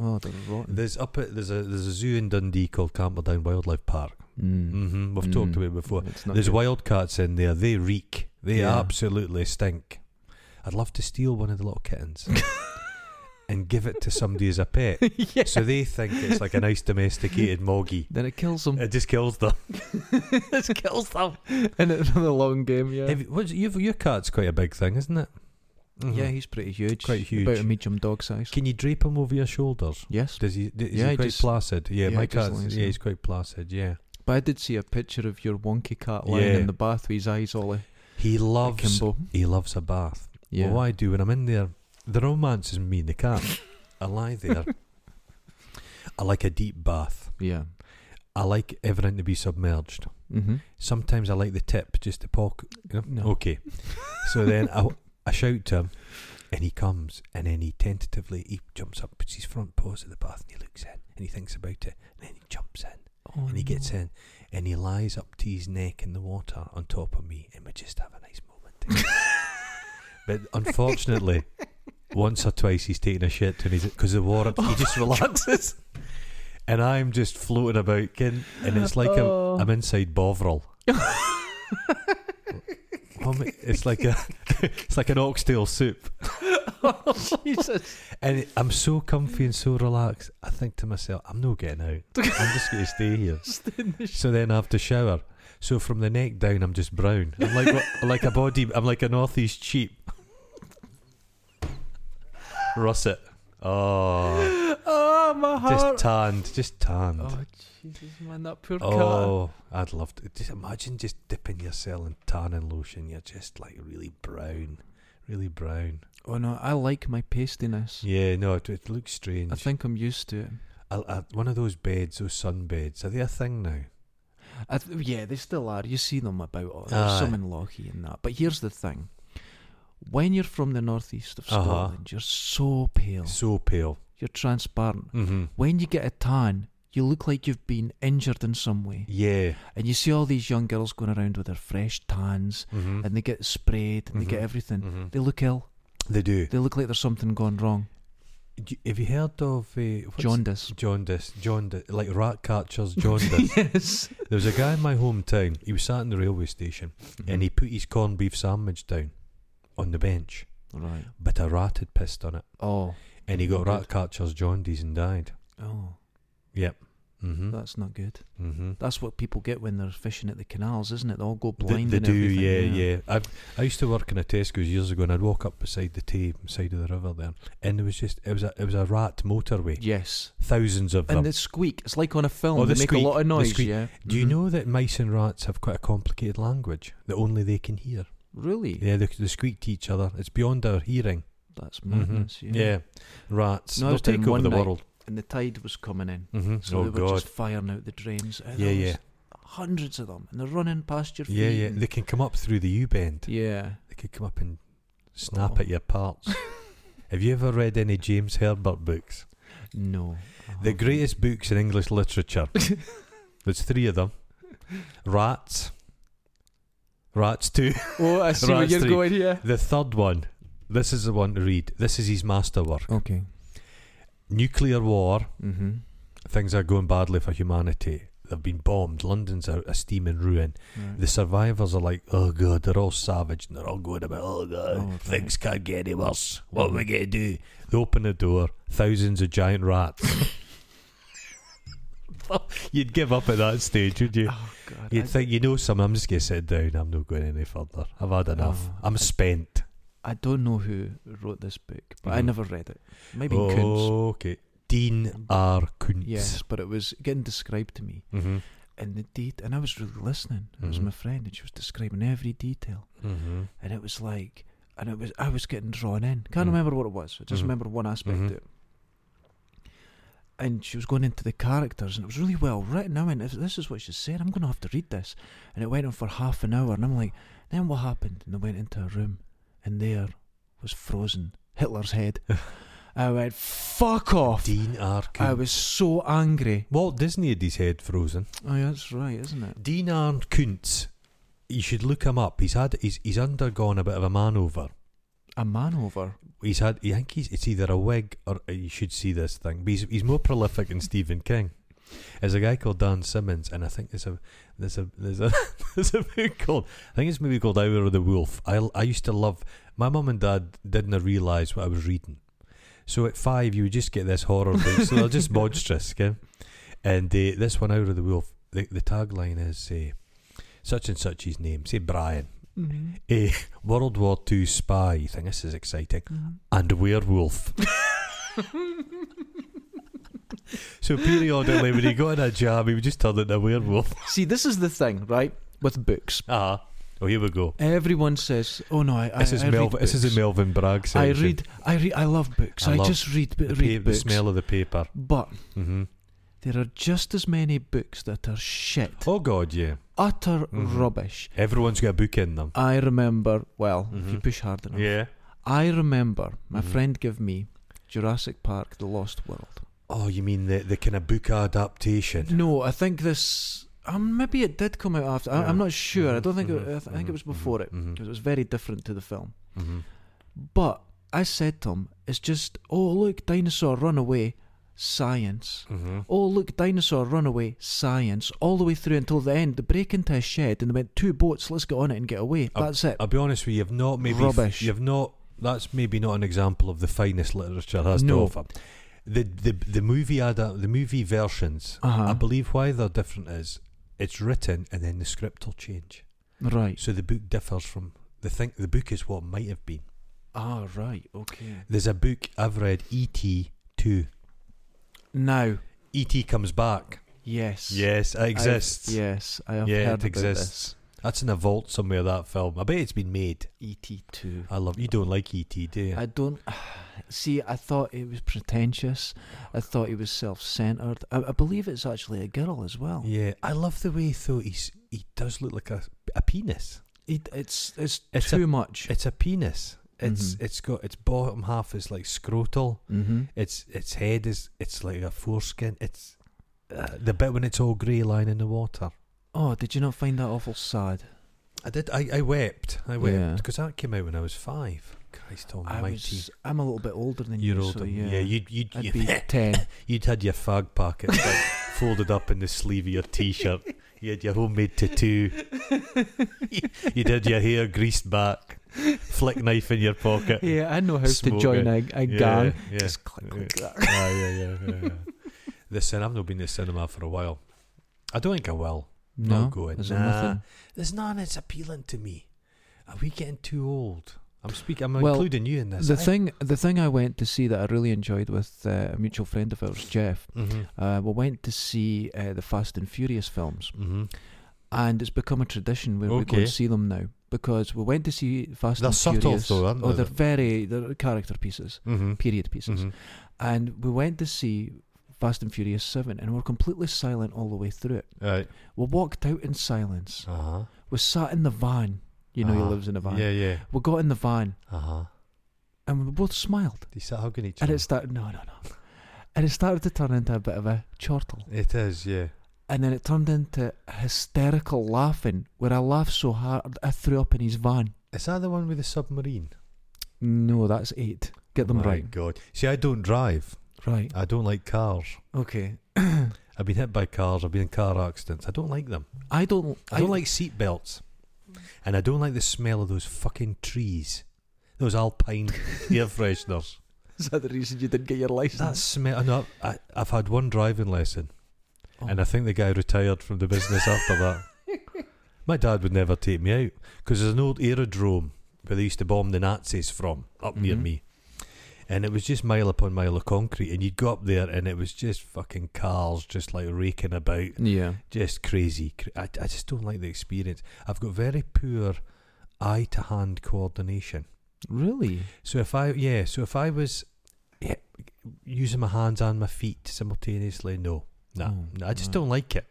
[SPEAKER 1] Oh, they're rotten.
[SPEAKER 2] There's up at there's a there's a zoo in Dundee called Campbelldown Wildlife Park.
[SPEAKER 1] Mm.
[SPEAKER 2] hmm We've talked about it before.
[SPEAKER 1] It's not
[SPEAKER 2] There's
[SPEAKER 1] good.
[SPEAKER 2] wild cats in there. They reek. They
[SPEAKER 1] Yeah.
[SPEAKER 2] absolutely stink. I'd love to steal one of the little kittens and give it to somebody as a pet,
[SPEAKER 1] yeah.
[SPEAKER 2] so they think it's like a nice domesticated moggy.
[SPEAKER 1] Then it kills them.
[SPEAKER 2] It just kills them.
[SPEAKER 1] it kills them. And it's in the long game, yeah.
[SPEAKER 2] Have you- what's- you've- your cat's quite a big thing, isn't it? Mhm.
[SPEAKER 1] Yeah, he's pretty huge.
[SPEAKER 2] Quite huge.
[SPEAKER 1] About a medium dog size.
[SPEAKER 2] Can you drape him over your shoulders?
[SPEAKER 1] yes.
[SPEAKER 2] Does he? d- Is
[SPEAKER 1] Yeah,
[SPEAKER 2] he
[SPEAKER 1] he
[SPEAKER 2] quite
[SPEAKER 1] just-
[SPEAKER 2] placid? Yeah,
[SPEAKER 1] yeah,
[SPEAKER 2] my
[SPEAKER 1] he just
[SPEAKER 2] cat's.
[SPEAKER 1] lays
[SPEAKER 2] Yeah,
[SPEAKER 1] there.
[SPEAKER 2] he's quite placid. Yeah,
[SPEAKER 1] But I did see a picture of your wonky cat lying
[SPEAKER 2] Yeah.
[SPEAKER 1] in the bath with his eyes all
[SPEAKER 2] he loves.
[SPEAKER 1] akimbo.
[SPEAKER 2] He loves a bath.
[SPEAKER 1] Yeah.
[SPEAKER 2] Well, what I do when I'm in there, the romance is me and the cat. I lie there. I like a deep bath.
[SPEAKER 1] Yeah.
[SPEAKER 2] I like everything to be submerged.
[SPEAKER 1] Mm-hmm.
[SPEAKER 2] Sometimes I like the tip just to poke. You
[SPEAKER 1] No.
[SPEAKER 2] know? Okay. So then I, I shout to him, and he comes, and then he tentatively he jumps up, puts his front paws at the bath, and he looks in, and he thinks about it, and then he jumps in.
[SPEAKER 1] Oh,
[SPEAKER 2] and he gets
[SPEAKER 1] no.
[SPEAKER 2] in and he lies up to his neck in the water on top of me and we just have a nice moment together. but unfortunately once or twice he's taking a shit and he's because the water he just relaxes and I'm just floating about kin, and it's like
[SPEAKER 1] Oh.
[SPEAKER 2] I'm, I'm inside Bovril Well, mate, it's like a it's like an oxtail soup
[SPEAKER 1] oh, Jesus.
[SPEAKER 2] and I'm so comfy and so relaxed I think to myself I'm not getting out I'm just going to stay here So then I have to shower. So from the neck down, I'm just brown. I'm like what- like a body. I'm like a northeast sheep. Russet. Oh,
[SPEAKER 1] Oh, my
[SPEAKER 2] just
[SPEAKER 1] heart.
[SPEAKER 2] tanned, just tanned.
[SPEAKER 1] oh,
[SPEAKER 2] Oh,
[SPEAKER 1] Jesus, man, that poor
[SPEAKER 2] I'd love to. Just imagine just dipping yourself in tanning lotion. You're just like really brown, really brown.
[SPEAKER 1] cat. Oh, no, I like my pastiness.
[SPEAKER 2] Yeah, no, it, it looks strange.
[SPEAKER 1] I think I'm used to it.
[SPEAKER 2] I, I, one of those beds, those sun beds, are they a thing now?
[SPEAKER 1] I th- yeah, they still are. You see them about. Oh,
[SPEAKER 2] Aye.
[SPEAKER 1] there's some in Lochy and that. But here's the thing: when you're from the northeast of
[SPEAKER 2] Uh-huh.
[SPEAKER 1] Scotland, you're so pale,
[SPEAKER 2] So pale.
[SPEAKER 1] you're transparent.
[SPEAKER 2] hmm
[SPEAKER 1] When you get a tan, you look like you've been injured in some way.
[SPEAKER 2] Yeah.
[SPEAKER 1] And you see all these young girls going around with their fresh tans,
[SPEAKER 2] hmm
[SPEAKER 1] and they get sprayed, and they get
[SPEAKER 2] Mhm.
[SPEAKER 1] everything.
[SPEAKER 2] hmm
[SPEAKER 1] They look ill.
[SPEAKER 2] They do.
[SPEAKER 1] They look like there's something gone wrong.
[SPEAKER 2] Do- Have you heard of uh, what's-
[SPEAKER 1] Jaundice.
[SPEAKER 2] Jaundice, jaundice, like rat catchers, jaundice.
[SPEAKER 1] yes.
[SPEAKER 2] there was a guy in my hometown. He was sat in the railway station,
[SPEAKER 1] Mm-hmm.
[SPEAKER 2] and he put his corned beef sandwich down on the bench,
[SPEAKER 1] Right.
[SPEAKER 2] but a rat had pissed on it,
[SPEAKER 1] Oh.
[SPEAKER 2] and he got
[SPEAKER 1] Good.
[SPEAKER 2] rat catchers jaundice and died.
[SPEAKER 1] Oh.
[SPEAKER 2] Yep. Mm-hmm.
[SPEAKER 1] That's not good.
[SPEAKER 2] Mm-hmm.
[SPEAKER 1] That's what people get when they're fishing at the canals, isn't it? They all go
[SPEAKER 2] They,
[SPEAKER 1] blind.
[SPEAKER 2] they
[SPEAKER 1] and
[SPEAKER 2] do,
[SPEAKER 1] everything,
[SPEAKER 2] yeah, yeah. I've, I used to work in a Tesco's years ago, and I'd walk up beside the Tay, side of the river there, and there was just it was a it was a rat motorway,
[SPEAKER 1] Yes.
[SPEAKER 2] thousands of them.
[SPEAKER 1] And the squeak. It's like on a film.
[SPEAKER 2] Oh,
[SPEAKER 1] they
[SPEAKER 2] the
[SPEAKER 1] make
[SPEAKER 2] squeak,
[SPEAKER 1] a lot of
[SPEAKER 2] the
[SPEAKER 1] noise.
[SPEAKER 2] squeak.
[SPEAKER 1] Yeah.
[SPEAKER 2] Do you
[SPEAKER 1] Mhm.
[SPEAKER 2] know that mice and rats have quite a complicated language that only they can hear?
[SPEAKER 1] Really?
[SPEAKER 2] Yeah, they, they squeak to each other. It's beyond our hearing.
[SPEAKER 1] Mm-hmm. That's
[SPEAKER 2] Mhm.
[SPEAKER 1] madness.
[SPEAKER 2] Yeah.
[SPEAKER 1] Yeah.
[SPEAKER 2] rats.
[SPEAKER 1] No, I
[SPEAKER 2] They'll
[SPEAKER 1] was down
[SPEAKER 2] take over
[SPEAKER 1] one
[SPEAKER 2] the
[SPEAKER 1] night.
[SPEAKER 2] world.
[SPEAKER 1] And the tide was coming in,
[SPEAKER 2] Mm-hmm.
[SPEAKER 1] so
[SPEAKER 2] oh
[SPEAKER 1] they were
[SPEAKER 2] god.
[SPEAKER 1] just firing out the drains. And
[SPEAKER 2] Yeah,
[SPEAKER 1] there
[SPEAKER 2] yeah.
[SPEAKER 1] was Hundreds of them, and they're running past your feet.
[SPEAKER 2] Yeah, yeah.
[SPEAKER 1] and-
[SPEAKER 2] They can come up through the U bend.
[SPEAKER 1] yeah.
[SPEAKER 2] They could come up and snap
[SPEAKER 1] Oh.
[SPEAKER 2] at your parts. Have you ever read any James Herbert books?
[SPEAKER 1] No. Oh.
[SPEAKER 2] The greatest books in English literature. There's three of them. Rats. Rats too.
[SPEAKER 1] Oh, I see where
[SPEAKER 2] Rats
[SPEAKER 1] you're
[SPEAKER 2] three.
[SPEAKER 1] going here.
[SPEAKER 2] The third one. This is the one to read. This is his masterwork.
[SPEAKER 1] Okay.
[SPEAKER 2] Nuclear war.
[SPEAKER 1] Mm-hmm.
[SPEAKER 2] Things are going badly for humanity. They've been bombed. London's a, a steaming ruin.
[SPEAKER 1] Mm.
[SPEAKER 2] The survivors are like, oh god, they're all savage and they're all going about, oh god,
[SPEAKER 1] Oh, Mm. right.
[SPEAKER 2] things can't get any worse. What are we gonna do? They open the door. Thousands of giant rats. You'd give up at that stage, would you?
[SPEAKER 1] Oh God.
[SPEAKER 2] You'd
[SPEAKER 1] I-
[SPEAKER 2] think you know something. I'm just gonna sit down. I'm not going any further. I've had enough.
[SPEAKER 1] Oh,
[SPEAKER 2] I'm
[SPEAKER 1] I-
[SPEAKER 2] spent.
[SPEAKER 1] I don't know who wrote this book, but I
[SPEAKER 2] Mhm.
[SPEAKER 1] never read it. Maybe
[SPEAKER 2] Oh,
[SPEAKER 1] Kuntz.
[SPEAKER 2] okay. Dean R. Kuntz.
[SPEAKER 1] Yes, but it was getting described to me,
[SPEAKER 2] hmm
[SPEAKER 1] and the date, and I was really listening. It was
[SPEAKER 2] Mhm.
[SPEAKER 1] my friend, and she was describing every detail,
[SPEAKER 2] hmm
[SPEAKER 1] and it was like, and it was I was getting drawn in. Can't
[SPEAKER 2] Mhm.
[SPEAKER 1] remember what it was. I just
[SPEAKER 2] Mhm.
[SPEAKER 1] remember one aspect
[SPEAKER 2] Mhm.
[SPEAKER 1] of it. And she was going into the characters, and it was really well written. I went, if this is what she said, I'm going to have to read this. And it went on for half an hour, and I'm like, then what happened? And they went into a room, and there was frozen Hitler's head. I went, fuck off.
[SPEAKER 2] Dean R.
[SPEAKER 1] I
[SPEAKER 2] Koontz.
[SPEAKER 1] was so angry.
[SPEAKER 2] Walt Disney had his head frozen.
[SPEAKER 1] Oh, yeah, that's right, isn't it?
[SPEAKER 2] Dean R. Koontz. You should look him up. He's had he's he's undergone a bit of a man over.
[SPEAKER 1] A man over.
[SPEAKER 2] He's had I think he's, it's either a wig or uh, you should see this thing. But he's he's more prolific than Stephen King. There's a guy called Dan Simmons, and I think there's a there's a there's a there's a book called I think it's maybe called Hour of the Wolf. I I used to love my mum and dad didn't realise what I was reading. So at five you would just get this horror book. so they're just monstrous, okay? And uh, this one Hour of the Wolf, the, the tagline is uh, such and such his name, say Brian.
[SPEAKER 1] Mhm.
[SPEAKER 2] A World War II spy. You think this is exciting?
[SPEAKER 1] Mhm.
[SPEAKER 2] and werewolf. so periodically, when he got in a jam, he would just turn into a werewolf.
[SPEAKER 1] See, this is the thing, right? With books.
[SPEAKER 2] Ah, oh, here we go.
[SPEAKER 1] Everyone says, oh no, I, I,
[SPEAKER 2] This is
[SPEAKER 1] I
[SPEAKER 2] Melvin.
[SPEAKER 1] read
[SPEAKER 2] This is a
[SPEAKER 1] books.
[SPEAKER 2] Melvin Bragg
[SPEAKER 1] I
[SPEAKER 2] section.
[SPEAKER 1] read, I read, I love books.
[SPEAKER 2] I
[SPEAKER 1] I,
[SPEAKER 2] love
[SPEAKER 1] just read,
[SPEAKER 2] the,
[SPEAKER 1] read
[SPEAKER 2] pa- the
[SPEAKER 1] books.
[SPEAKER 2] smell of the paper.
[SPEAKER 1] But
[SPEAKER 2] hmm
[SPEAKER 1] there are just as many books that are shit,
[SPEAKER 2] Oh God, yeah.
[SPEAKER 1] utter
[SPEAKER 2] Mhm.
[SPEAKER 1] rubbish.
[SPEAKER 2] Everyone's got a book in them.
[SPEAKER 1] I remember, well, if you
[SPEAKER 2] Mhm.
[SPEAKER 1] push hard enough,
[SPEAKER 2] Yeah.
[SPEAKER 1] I remember my
[SPEAKER 2] Mhm.
[SPEAKER 1] friend give me Jurassic Park: The Lost World.
[SPEAKER 2] Oh, you mean the the kind of book adaptation?
[SPEAKER 1] No, I think this. Um, maybe it did come out after. I, I'm
[SPEAKER 2] Yeah.
[SPEAKER 1] not sure. I don't think. It, I,
[SPEAKER 2] Mhm,
[SPEAKER 1] th- I think it was
[SPEAKER 2] mhm,
[SPEAKER 1] before it
[SPEAKER 2] mhm.
[SPEAKER 1] because it was very different to the film.
[SPEAKER 2] hmm
[SPEAKER 1] But I said to him, "It's just oh look, dinosaur run away, science."
[SPEAKER 2] hmm
[SPEAKER 1] Oh look, dinosaur runaway, science, all the way through until the end. They break into a shed and they went two boats. Let's get on it and get away.
[SPEAKER 2] Uh,
[SPEAKER 1] That's it.
[SPEAKER 2] I'll be honest with you. You've not maybe
[SPEAKER 1] Rubbish.
[SPEAKER 2] You've not. That's maybe not an example of the finest literature has
[SPEAKER 1] No.
[SPEAKER 2] to offer. The the the movie ada- the movie versions. I
[SPEAKER 1] Uh-huh.
[SPEAKER 2] believe why they're different is it's written and then the script will change.
[SPEAKER 1] right.
[SPEAKER 2] So the book differs from the thing. The book is what might have been.
[SPEAKER 1] Ah, right. Okay.
[SPEAKER 2] There's a book I've read. E.T. Two.
[SPEAKER 1] Now,
[SPEAKER 2] E.T. comes back.
[SPEAKER 1] yes.
[SPEAKER 2] Yes, it
[SPEAKER 1] I've-
[SPEAKER 2] exists.
[SPEAKER 1] yes, I have
[SPEAKER 2] Yeah,
[SPEAKER 1] heard
[SPEAKER 2] it exists. That's in a vault somewhere. That film. I bet it's been made.
[SPEAKER 1] about this. ET2.
[SPEAKER 2] I love. You don't like E.T. Do you?
[SPEAKER 1] E I don't see. I thought it was pretentious. I thought he was self-centered. I, I believe it's actually a girl as well.
[SPEAKER 2] Yeah, I love the way though he's he does look like a, a penis.
[SPEAKER 1] It, it's it's,
[SPEAKER 2] It's
[SPEAKER 1] too much.
[SPEAKER 2] It's a penis. It's
[SPEAKER 1] Mhm.
[SPEAKER 2] it's got its bottom half is like scrotal.
[SPEAKER 1] hmm
[SPEAKER 2] Its its head is it's like a foreskin. It's uh, the bit when it's all grey lying in the water.
[SPEAKER 1] Oh, did you not find that awful sad?
[SPEAKER 2] I did. I, I wept. I wept
[SPEAKER 1] Yeah.
[SPEAKER 2] because that came out when I was five. Christ
[SPEAKER 1] I
[SPEAKER 2] Almighty!
[SPEAKER 1] was. I'm a little bit older than
[SPEAKER 2] You're
[SPEAKER 1] you,
[SPEAKER 2] older.
[SPEAKER 1] so
[SPEAKER 2] yeah.
[SPEAKER 1] yeah.
[SPEAKER 2] you'd you'd
[SPEAKER 1] I'd
[SPEAKER 2] you'd,
[SPEAKER 1] be ten.
[SPEAKER 2] you'd had your fag packet like, folded up in the sleeve of your t-shirt. You had your homemade tattoo. You did your hair greased back, flick knife in your pocket.
[SPEAKER 1] yeah, I know how to
[SPEAKER 2] Smoke
[SPEAKER 1] join a, a gang.
[SPEAKER 2] Yeah, yeah.
[SPEAKER 1] Just click like that.
[SPEAKER 2] Ah, yeah, yeah, yeah, yeah. The cinema. I've not been to the cinema for a while. I don't think I will.
[SPEAKER 1] No,
[SPEAKER 2] going.
[SPEAKER 1] there's
[SPEAKER 2] Nah.
[SPEAKER 1] nothing.
[SPEAKER 2] There's none that's appealing to me. Are we getting too old? I'm speaking. I'm
[SPEAKER 1] Well,
[SPEAKER 2] including you in this.
[SPEAKER 1] The thing, the thing I went to see that I really enjoyed with uh, a mutual friend of ours, Jeff.
[SPEAKER 2] Mm-hmm.
[SPEAKER 1] Uh, we went to see uh, the Fast and Furious films,
[SPEAKER 2] Mm-hmm.
[SPEAKER 1] and it's become a tradition where we go
[SPEAKER 2] Okay.
[SPEAKER 1] and see them now because we went to see Fast
[SPEAKER 2] They're
[SPEAKER 1] and
[SPEAKER 2] subtle
[SPEAKER 1] Furious.
[SPEAKER 2] though, aren't
[SPEAKER 1] oh,
[SPEAKER 2] they?
[SPEAKER 1] they're very they're character pieces,
[SPEAKER 2] Mm-hmm.
[SPEAKER 1] period pieces,
[SPEAKER 2] Mm-hmm.
[SPEAKER 1] and we went to see Fast and Furious Seven, and we're completely silent all the way through it.
[SPEAKER 2] Right.
[SPEAKER 1] We walked out in silence.
[SPEAKER 2] Uh huh.
[SPEAKER 1] We sat in the van. You know
[SPEAKER 2] Uh-huh.
[SPEAKER 1] he lives in a van.
[SPEAKER 2] Yeah, yeah.
[SPEAKER 1] We got in the van
[SPEAKER 2] Uh huh.
[SPEAKER 1] and we both smiled,
[SPEAKER 2] They start hugging each
[SPEAKER 1] and
[SPEAKER 2] other.
[SPEAKER 1] it started no no no, and it started to turn into a bit of a chortle.
[SPEAKER 2] It is, yeah.
[SPEAKER 1] and then it turned into hysterical laughing where I laughed so hard I threw up in his van.
[SPEAKER 2] Is that the one with the submarine?
[SPEAKER 1] No, that's eight. Get them
[SPEAKER 2] My
[SPEAKER 1] right.
[SPEAKER 2] God. See, I don't drive.
[SPEAKER 1] Right.
[SPEAKER 2] I don't like cars.
[SPEAKER 1] Okay.
[SPEAKER 2] I've been hit by cars. I've been in car accidents. I don't like them.
[SPEAKER 1] I don't.
[SPEAKER 2] I don't like seat belts, and I don't like the smell of those fucking trees, those alpine air fresheners.
[SPEAKER 1] Is that the reason you didn't get your
[SPEAKER 2] That
[SPEAKER 1] license?
[SPEAKER 2] smell. I know. I, I've had one driving lesson,
[SPEAKER 1] Oh.
[SPEAKER 2] and I think the guy retired from the business after that. My dad would never take me out because there's an old aerodrome where they used to bomb the Nazis from up near
[SPEAKER 1] Mhm.
[SPEAKER 2] me. And it was just mile upon mile of concrete, and you'd go up there, and it was just fucking cars just like raking about
[SPEAKER 1] Yeah.
[SPEAKER 2] just crazy. cra- I, I just don't like the experience. I've got very poor eye to hand coordination.
[SPEAKER 1] Really?
[SPEAKER 2] So if I yeah, so if I was yeah, using my hands and my feet simultaneously, no, no,
[SPEAKER 1] Oh,
[SPEAKER 2] no I just
[SPEAKER 1] right.
[SPEAKER 2] don't like it.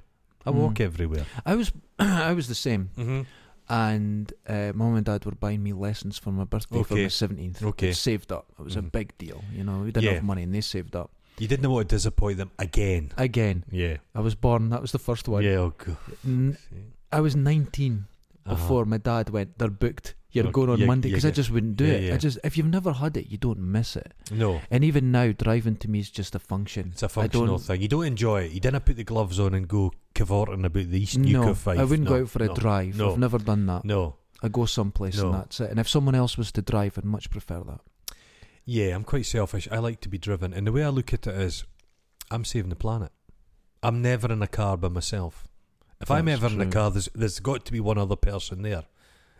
[SPEAKER 2] I walk
[SPEAKER 1] Mm.
[SPEAKER 2] everywhere.
[SPEAKER 1] I was. I was the same.
[SPEAKER 2] Mm-hmm.
[SPEAKER 1] and uh, mum and dad were buying me lessons for my birthday for
[SPEAKER 2] Okay.
[SPEAKER 1] my seventeenth.
[SPEAKER 2] Okay.
[SPEAKER 1] saved up. It was a
[SPEAKER 2] Mhm.
[SPEAKER 1] big deal. You know, we didn't
[SPEAKER 2] Yeah.
[SPEAKER 1] have money, and they saved up
[SPEAKER 2] You didn't want to disappoint them again.
[SPEAKER 1] again.
[SPEAKER 2] Yeah.
[SPEAKER 1] I was born. That was the first one.
[SPEAKER 2] Yeah, oh, God.
[SPEAKER 1] N- I was 19 before my dad went. They're booked. You're
[SPEAKER 2] Uh-huh. Look,
[SPEAKER 1] going on
[SPEAKER 2] yeah,
[SPEAKER 1] Monday
[SPEAKER 2] yeah,
[SPEAKER 1] because I
[SPEAKER 2] yeah.
[SPEAKER 1] just wouldn't do
[SPEAKER 2] Yeah,
[SPEAKER 1] it.
[SPEAKER 2] yeah.
[SPEAKER 1] I just if you've never had it, you don't miss it.
[SPEAKER 2] No.
[SPEAKER 1] And even now, driving to me is just a function.
[SPEAKER 2] It's a
[SPEAKER 1] I
[SPEAKER 2] functional
[SPEAKER 1] don't-
[SPEAKER 2] thing. You don't enjoy it. You didn't put the gloves on and go cavorting about the East
[SPEAKER 1] no,
[SPEAKER 2] Nuka Five.
[SPEAKER 1] I wouldn't
[SPEAKER 2] No,
[SPEAKER 1] go out for a
[SPEAKER 2] no,
[SPEAKER 1] drive.
[SPEAKER 2] no.
[SPEAKER 1] I've never done that.
[SPEAKER 2] No.
[SPEAKER 1] I go someplace
[SPEAKER 2] No.
[SPEAKER 1] and that's it. And if someone else was to drive, I'd much prefer that.
[SPEAKER 2] Yeah, I'm quite selfish. I like to be driven. And the way I look at it is, I'm saving the planet. I'm never in a car by myself. If I'm
[SPEAKER 1] That's
[SPEAKER 2] ever in a
[SPEAKER 1] true.
[SPEAKER 2] car, there's, there's got to be one other person there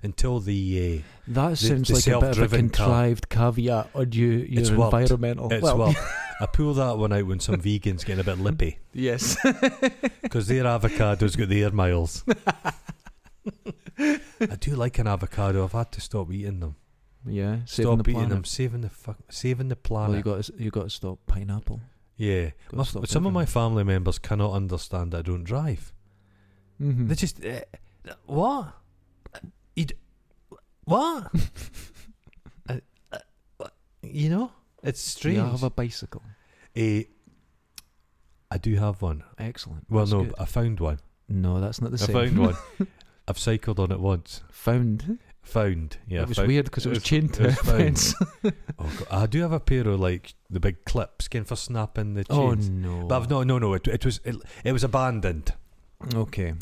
[SPEAKER 2] until the. Uh,
[SPEAKER 1] That sounds
[SPEAKER 2] the
[SPEAKER 1] like a bit of a
[SPEAKER 2] self-driven car.
[SPEAKER 1] contrived caveat on you, your
[SPEAKER 2] It's warped.
[SPEAKER 1] environmental.
[SPEAKER 2] it's well, I pull that one out when some vegans getting a bit lippy
[SPEAKER 1] yes.
[SPEAKER 2] because their avocado's got the air miles. I do like an avocado. I've had to stop eating them.
[SPEAKER 1] yeah, saving
[SPEAKER 2] stop
[SPEAKER 1] the
[SPEAKER 2] eating
[SPEAKER 1] planet.
[SPEAKER 2] them. Saving the fuck. Saving the planet.
[SPEAKER 1] Well, you got you got to stop pineapple.
[SPEAKER 2] yeah.
[SPEAKER 1] Gotta
[SPEAKER 2] My-
[SPEAKER 1] stop
[SPEAKER 2] some of
[SPEAKER 1] everything.
[SPEAKER 2] my family members cannot understand I don't drive.
[SPEAKER 1] Mm-hmm.
[SPEAKER 2] They just uh, what? You d- what? Uh, uh, what? you know, it's strange.
[SPEAKER 1] You have a bicycle.
[SPEAKER 2] Eh, I do have one.
[SPEAKER 1] Excellent.
[SPEAKER 2] Well,
[SPEAKER 1] That's
[SPEAKER 2] no,
[SPEAKER 1] good.
[SPEAKER 2] I found one.
[SPEAKER 1] no, that's not the
[SPEAKER 2] I
[SPEAKER 1] same.
[SPEAKER 2] found one. I've cycled on it once.
[SPEAKER 1] Found.
[SPEAKER 2] Found. Yeah,
[SPEAKER 1] it was
[SPEAKER 2] found.
[SPEAKER 1] weird because it was
[SPEAKER 2] It's-
[SPEAKER 1] chained to a
[SPEAKER 2] it's found.
[SPEAKER 1] fence.
[SPEAKER 2] Oh, God. I do have a pair of like the big clips, skin for snapping the
[SPEAKER 1] oh
[SPEAKER 2] chains.
[SPEAKER 1] no!
[SPEAKER 2] But I've no, no, no. It, it was it, it was abandoned,
[SPEAKER 1] Okay.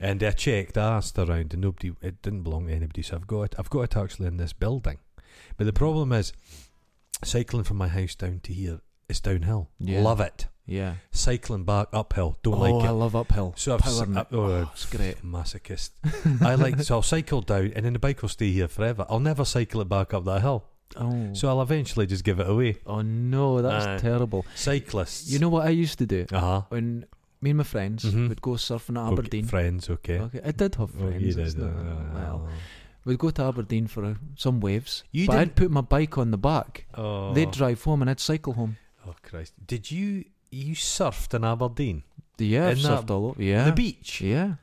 [SPEAKER 2] and I checked. I asked around, and nobody. It didn't belong to anybody. So I've got it. I've got it actually in this building. But the problem is, cycling from my house down to here is downhill.
[SPEAKER 1] Yeah.
[SPEAKER 2] Love it.
[SPEAKER 1] Yeah.
[SPEAKER 2] Cycling back uphill, don't
[SPEAKER 1] oh,
[SPEAKER 2] like
[SPEAKER 1] I
[SPEAKER 2] it.
[SPEAKER 1] love uphill.
[SPEAKER 2] So I've
[SPEAKER 1] Power
[SPEAKER 2] s-
[SPEAKER 1] nap.
[SPEAKER 2] I- oh,
[SPEAKER 1] oh, it's great.
[SPEAKER 2] Masochist. I like so I'll cycle down, and then the bike will stay here forever. I'll never cycle it back up that hill,
[SPEAKER 1] Oh.
[SPEAKER 2] so I'll eventually just give it away.
[SPEAKER 1] oh no, that's
[SPEAKER 2] Aye.
[SPEAKER 1] terrible.
[SPEAKER 2] Cyclists,
[SPEAKER 1] You know what I used to do
[SPEAKER 2] uh huh.
[SPEAKER 1] when me and my friends
[SPEAKER 2] Mhm.
[SPEAKER 1] would go surfing at Aberdeen.
[SPEAKER 2] friends, okay.
[SPEAKER 1] Okay, I did have
[SPEAKER 2] Oh,
[SPEAKER 1] friends.
[SPEAKER 2] you
[SPEAKER 1] it's
[SPEAKER 2] did.
[SPEAKER 1] not-
[SPEAKER 2] uh,
[SPEAKER 1] well, we'd go to Aberdeen for a, some waves.
[SPEAKER 2] You
[SPEAKER 1] but
[SPEAKER 2] did.
[SPEAKER 1] I'd put my bike on the back.
[SPEAKER 2] Oh.
[SPEAKER 1] They'd drive home and I'd cycle home.
[SPEAKER 2] oh Christ! Did you you surfed in Aberdeen?
[SPEAKER 1] Yeah, I've
[SPEAKER 2] In that-
[SPEAKER 1] surfed all over. Yeah,
[SPEAKER 2] The beach.
[SPEAKER 1] Yeah,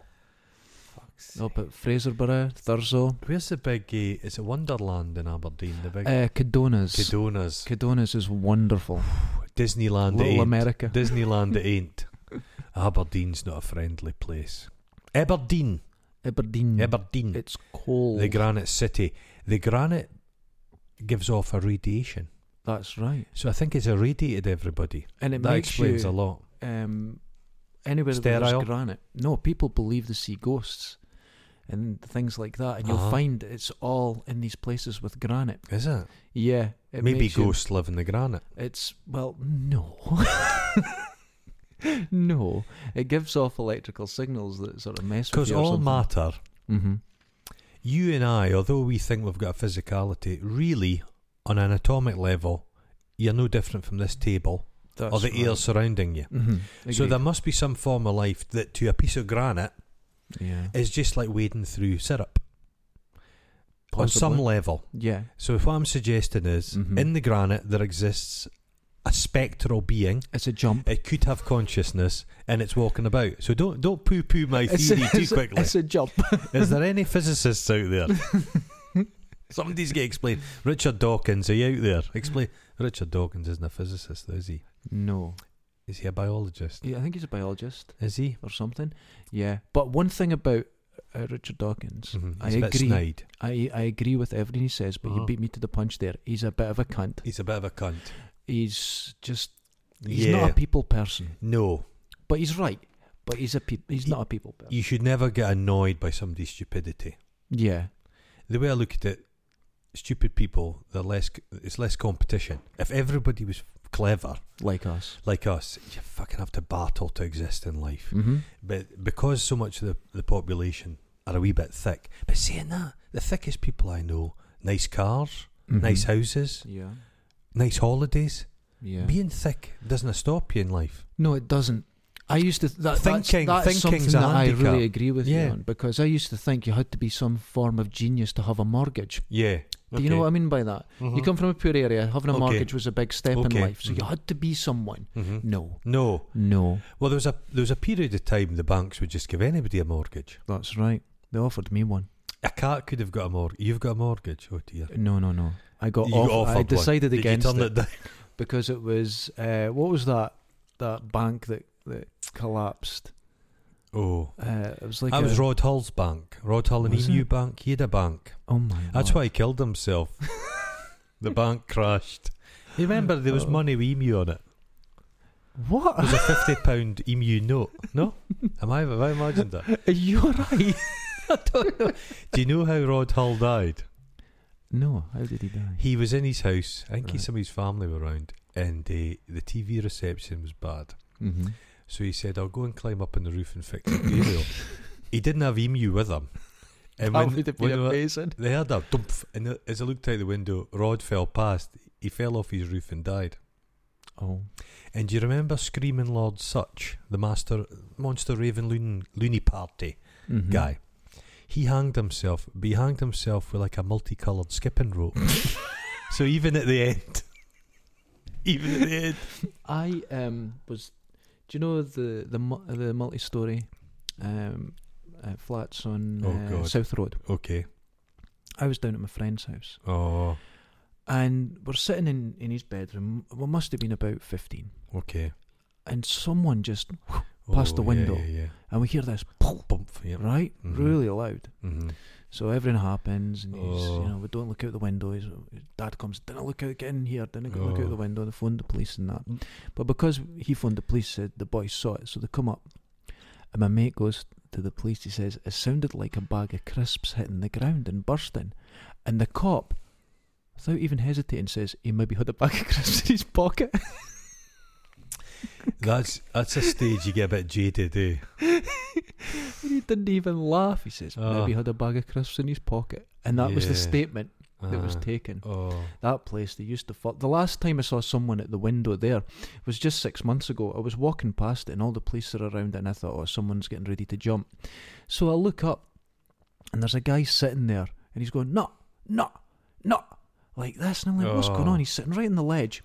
[SPEAKER 1] up at Fraserburgh, Thurso,
[SPEAKER 2] Where's the big? Uh, it's a Wonderland in Aberdeen. The big
[SPEAKER 1] uh, Cadonas.
[SPEAKER 2] Cadonas,
[SPEAKER 1] Cadonas is wonderful.
[SPEAKER 2] Disneyland.
[SPEAKER 1] Little
[SPEAKER 2] ain't.
[SPEAKER 1] America.
[SPEAKER 2] Disneyland it ain't. Aberdeen's not a friendly place. Aberdeen,
[SPEAKER 1] Aberdeen.
[SPEAKER 2] Aberdeen,
[SPEAKER 1] It's cold.
[SPEAKER 2] the granite city. The granite gives off a radiation,
[SPEAKER 1] That's right.
[SPEAKER 2] so I think it's irradiated everybody.
[SPEAKER 1] And it
[SPEAKER 2] that
[SPEAKER 1] makes you
[SPEAKER 2] explains a lot.
[SPEAKER 1] um, anywhere where
[SPEAKER 2] Sterile?
[SPEAKER 1] there's granite. No, people believe they see ghosts and things like that, and
[SPEAKER 2] Uh-huh.
[SPEAKER 1] you'll find it's all in these places with granite.
[SPEAKER 2] Is it?
[SPEAKER 1] Yeah, it
[SPEAKER 2] Maybe
[SPEAKER 1] makes you-
[SPEAKER 2] ghosts live in the granite.
[SPEAKER 1] It's well, no. No, it gives off electrical signals that sort of mess with
[SPEAKER 2] Because
[SPEAKER 1] you. or
[SPEAKER 2] all
[SPEAKER 1] something.
[SPEAKER 2] matter,
[SPEAKER 1] Mhm.
[SPEAKER 2] you and I, although we think we've got a physicality, really, on an atomic level, you're no different from this table
[SPEAKER 1] That's
[SPEAKER 2] or the
[SPEAKER 1] right.
[SPEAKER 2] air surrounding you.
[SPEAKER 1] Mhm.
[SPEAKER 2] So
[SPEAKER 1] Agreed.
[SPEAKER 2] there must be some form of life that, to a piece of granite,
[SPEAKER 1] yeah,
[SPEAKER 2] is just like wading through syrup on some
[SPEAKER 1] possibly.
[SPEAKER 2] level.
[SPEAKER 1] yeah,
[SPEAKER 2] So if what I'm suggesting is,
[SPEAKER 1] Mhm.
[SPEAKER 2] in the granite there exists a spectral being.
[SPEAKER 1] it's a jump.
[SPEAKER 2] It could have consciousness, and it's walking about. So don't don't poo poo my
[SPEAKER 1] It's a,
[SPEAKER 2] theory too
[SPEAKER 1] it's a-
[SPEAKER 2] quickly.
[SPEAKER 1] it's a jump.
[SPEAKER 2] Is there any physicists out there? Somebody's got to explain. Richard Dawkins, are you out there? Explain. Richard Dawkins isn't a physicist, though, is he?
[SPEAKER 1] No,
[SPEAKER 2] Is he a biologist?
[SPEAKER 1] yeah, I think he's a biologist.
[SPEAKER 2] Is he?
[SPEAKER 1] or something. Yeah, but one thing about uh, Richard Dawkins,
[SPEAKER 2] Mhm.
[SPEAKER 1] I
[SPEAKER 2] He's a bit
[SPEAKER 1] agree.
[SPEAKER 2] snide.
[SPEAKER 1] I I agree with everything he says, but
[SPEAKER 2] Uh-huh.
[SPEAKER 1] you beat me to the punch there. He's a bit of a cunt.
[SPEAKER 2] He's a bit of a cunt.
[SPEAKER 1] He's just he's
[SPEAKER 2] yeah.
[SPEAKER 1] not a people person,
[SPEAKER 2] no,
[SPEAKER 1] but he's right. But he's a peop he's
[SPEAKER 2] He-
[SPEAKER 1] not a people person.
[SPEAKER 2] you should never get annoyed by somebody's stupidity.
[SPEAKER 1] yeah,
[SPEAKER 2] the way I look at it, stupid people, they're less. It's less competition. If everybody was clever
[SPEAKER 1] like us.
[SPEAKER 2] like us, you fucking have to battle to exist in life.
[SPEAKER 1] Mm-hmm.
[SPEAKER 2] But because so much of the, the population are a wee bit thick, but saying that, the thickest people I know, nice cars,
[SPEAKER 1] Mm-hmm.
[SPEAKER 2] nice houses,
[SPEAKER 1] Yeah,
[SPEAKER 2] nice holidays.
[SPEAKER 1] yeah.
[SPEAKER 2] Being thick doesn't stop you in life.
[SPEAKER 1] no, it doesn't. I used to th- that,
[SPEAKER 2] Thinking-
[SPEAKER 1] That's, that's
[SPEAKER 2] thinking's
[SPEAKER 1] something
[SPEAKER 2] a
[SPEAKER 1] that I
[SPEAKER 2] handicap.
[SPEAKER 1] really agree with
[SPEAKER 2] Yeah.
[SPEAKER 1] you on because I used to think you had to be some form of genius to have a mortgage.
[SPEAKER 2] Yeah.
[SPEAKER 1] Do you know what I mean by that? You come from a poor area. Having a
[SPEAKER 2] Uh-huh. Okay.
[SPEAKER 1] mortgage was a big step
[SPEAKER 2] Okay.
[SPEAKER 1] in life, so you
[SPEAKER 2] Mhm.
[SPEAKER 1] had to be someone.
[SPEAKER 2] Mm-hmm.
[SPEAKER 1] No,
[SPEAKER 2] No.
[SPEAKER 1] no,
[SPEAKER 2] Well, there was a there was a period of time the banks would just give anybody a mortgage.
[SPEAKER 1] that's right. They offered me one.
[SPEAKER 2] A cat could have got a mortgage. You've got a mortgage. Oh dear.
[SPEAKER 1] No, no, no. I got
[SPEAKER 2] You
[SPEAKER 1] off.
[SPEAKER 2] got offered
[SPEAKER 1] I
[SPEAKER 2] one.
[SPEAKER 1] decided
[SPEAKER 2] Did you
[SPEAKER 1] against
[SPEAKER 2] turn
[SPEAKER 1] it,
[SPEAKER 2] it down?
[SPEAKER 1] because it was uh, what was that that bank that that collapsed?
[SPEAKER 2] Oh.
[SPEAKER 1] Uh, it was like
[SPEAKER 2] that
[SPEAKER 1] a-
[SPEAKER 2] was Rod Hull's bank. Rod Hull and he
[SPEAKER 1] Was
[SPEAKER 2] knew
[SPEAKER 1] it?
[SPEAKER 2] bank. He had a bank.
[SPEAKER 1] Oh my!
[SPEAKER 2] That's
[SPEAKER 1] lord.
[SPEAKER 2] why he killed himself. the bank crashed. You remember there was
[SPEAKER 1] Oh.
[SPEAKER 2] money with emu on it. It
[SPEAKER 1] What
[SPEAKER 2] was a fifty pound emu note. No? Am I have I imagined that?
[SPEAKER 1] are you right?
[SPEAKER 2] Do you know how Rod Hull died?
[SPEAKER 1] no, how did he die?
[SPEAKER 2] He was in his house. I think he
[SPEAKER 1] Right.
[SPEAKER 2] some of his family were around, and uh, the TV reception was bad.
[SPEAKER 1] Mm-hmm.
[SPEAKER 2] So he said, "I'll go and climb up on the roof and fix the radio." he didn't have emu with him, and when, when they were-
[SPEAKER 1] amazing.
[SPEAKER 2] they heard a thump, and the- as I looked out the window, Rod fell past. He fell off his roof and died.
[SPEAKER 1] Oh,
[SPEAKER 2] And do you remember Screaming Lord Such, the master monster Raven Loon, Loony Party
[SPEAKER 1] Mhm.
[SPEAKER 2] guy? He hanged himself, but he hanged himself with like a multicoloured skipping rope. so even at the end, even at the end,
[SPEAKER 1] I um was. Do you know the the mu- the multi-story um, uh, flats on
[SPEAKER 2] Oh,
[SPEAKER 1] uh,
[SPEAKER 2] God.
[SPEAKER 1] South Road?
[SPEAKER 2] okay.
[SPEAKER 1] I was down at my friend's house,
[SPEAKER 2] Oh,
[SPEAKER 1] and we're sitting in in his bedroom. We must have been about fifteen,
[SPEAKER 2] okay.
[SPEAKER 1] and someone just
[SPEAKER 2] Oh,
[SPEAKER 1] Past the
[SPEAKER 2] yeah,
[SPEAKER 1] window.
[SPEAKER 2] yeah, yeah.
[SPEAKER 1] and we hear this
[SPEAKER 2] Bump. Yeah.
[SPEAKER 1] right,
[SPEAKER 2] Mhm.
[SPEAKER 1] really loud.
[SPEAKER 2] hmm
[SPEAKER 1] So everything happens, and he's,
[SPEAKER 2] Oh.
[SPEAKER 1] you know, we don't look out the window. His, his dad comes, didn't look out, get in here, didn't go look
[SPEAKER 2] Oh. Mm.
[SPEAKER 1] out the window, and they phoned the police and that. But because he phoned the police, said the boys saw it, so they come up, and my mate goes to the police. He says it sounded like a bag of crisps hitting the ground and bursting, and the cop, without even hesitating, says he maybe had a bag of crisps in his pocket.
[SPEAKER 2] That's that's a stage you get a bit jaded, eh?
[SPEAKER 1] And he didn't even laugh. He says
[SPEAKER 2] Oh.
[SPEAKER 1] maybe he had a bag of crisps in his pocket, and that was the
[SPEAKER 2] Yeah.
[SPEAKER 1] statement that was
[SPEAKER 2] Ah.
[SPEAKER 1] taken.
[SPEAKER 2] Oh,
[SPEAKER 1] That place they used to fuck. The last time I saw someone at the window there was just six months ago. I was walking past it and all the police are around it, and I thought, oh, someone's getting ready to jump. So I look up and there's a guy sitting there and he's going, no, no, no, like this. And I'm like, what's going
[SPEAKER 2] Oh.
[SPEAKER 1] on? He's sitting right on the ledge.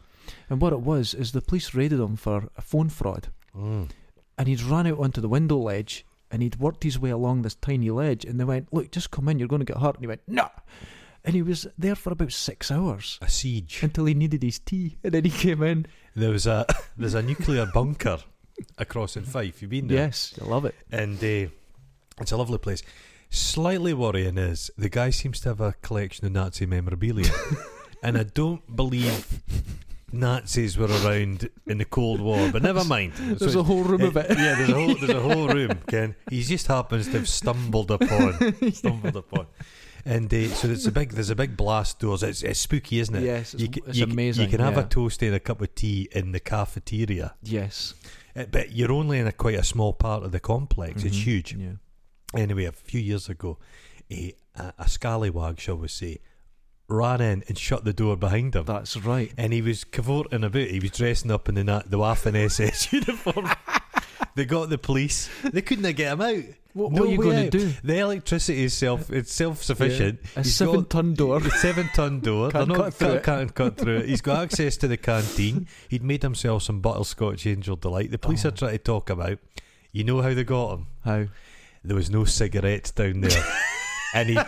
[SPEAKER 1] And what it was is the police raided him for a phone fraud
[SPEAKER 2] Mm.
[SPEAKER 1] and he'd run out onto the window ledge and he'd worked his way along this tiny ledge and they went, look, just come in, you're going to get hurt. And he went, no. And he was there for about six hours
[SPEAKER 2] a siege.
[SPEAKER 1] until he needed his tea, and then he came in.
[SPEAKER 2] There was a there's a nuclear bunker across in Fife. You've been there,
[SPEAKER 1] Yes, I love it.
[SPEAKER 2] and uh, it's a lovely place. Slightly worrying is the guy seems to have a collection of Nazi memorabilia, and I don't believe Nazis were around in the Cold War. But never mind. So
[SPEAKER 1] There's a whole room of it.
[SPEAKER 2] Yeah, there's a whole there's a whole room, Ken. He just happens to have stumbled upon stumbled upon. And uh, so it's a big there's a big blast doors. It's, it's spooky, isn't it?
[SPEAKER 1] Yes, it's,
[SPEAKER 2] ca-
[SPEAKER 1] it's
[SPEAKER 2] you, ca-
[SPEAKER 1] amazing.
[SPEAKER 2] You can have
[SPEAKER 1] yeah.
[SPEAKER 2] a toast and a cup of tea in the cafeteria,
[SPEAKER 1] yes,
[SPEAKER 2] Uh, but you're only in a quite a small part of the complex. It's
[SPEAKER 1] Mhm.
[SPEAKER 2] huge.
[SPEAKER 1] Yeah.
[SPEAKER 2] Anyway, a few years ago, a, a, a scallywag, shall we say, ran in and shut the door behind him.
[SPEAKER 1] That's right.
[SPEAKER 2] and he was cavorting about. He was dressing up in the na- the Waffen SS uniform. they got the police. They couldn't get him out.
[SPEAKER 1] What,
[SPEAKER 2] No
[SPEAKER 1] what are you
[SPEAKER 2] way
[SPEAKER 1] going
[SPEAKER 2] out.
[SPEAKER 1] to do?
[SPEAKER 2] The electricity is self it's self sufficient.
[SPEAKER 1] A seven-ton door.
[SPEAKER 2] seven ton door.
[SPEAKER 1] Can't
[SPEAKER 2] They're
[SPEAKER 1] cut through
[SPEAKER 2] can't,
[SPEAKER 1] it.
[SPEAKER 2] can't cut through it. He's got access to the canteen. He'd made himself some butterscotch angel delight. The police
[SPEAKER 1] Oh.
[SPEAKER 2] are trying to talk about. You know how they got him.
[SPEAKER 1] How?
[SPEAKER 2] There was no cigarettes down there, and he.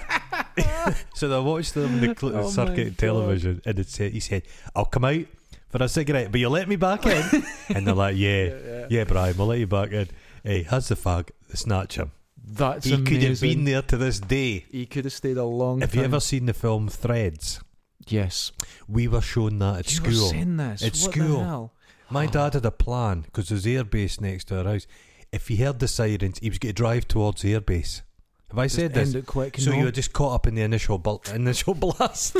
[SPEAKER 2] so they watched them on the cl-
[SPEAKER 1] Oh my
[SPEAKER 2] circuit
[SPEAKER 1] God.
[SPEAKER 2] television, and it said, he said, "I'll come out for a cigarette, but you let me back in." and they're like, "Yeah, yeah, Brian, we'll let you back in." Hey, has the fag? They snatch him.
[SPEAKER 1] That's
[SPEAKER 2] he
[SPEAKER 1] amazing.
[SPEAKER 2] could have been there to this day.
[SPEAKER 1] He could have stayed a long
[SPEAKER 2] Have
[SPEAKER 1] time.
[SPEAKER 2] you ever seen the film Threads?
[SPEAKER 1] Yes.
[SPEAKER 2] We were shown that at
[SPEAKER 1] You were
[SPEAKER 2] school.
[SPEAKER 1] saying this.
[SPEAKER 2] At
[SPEAKER 1] what
[SPEAKER 2] school.
[SPEAKER 1] The hell?
[SPEAKER 2] My dad had a plan because there's airbase next to our house. If he heard the sirens, he was going to drive towards the airbase. Have I
[SPEAKER 1] Just
[SPEAKER 2] said
[SPEAKER 1] end
[SPEAKER 2] this?
[SPEAKER 1] it quick.
[SPEAKER 2] So
[SPEAKER 1] no.
[SPEAKER 2] you were just caught up in the initial bul- initial blast.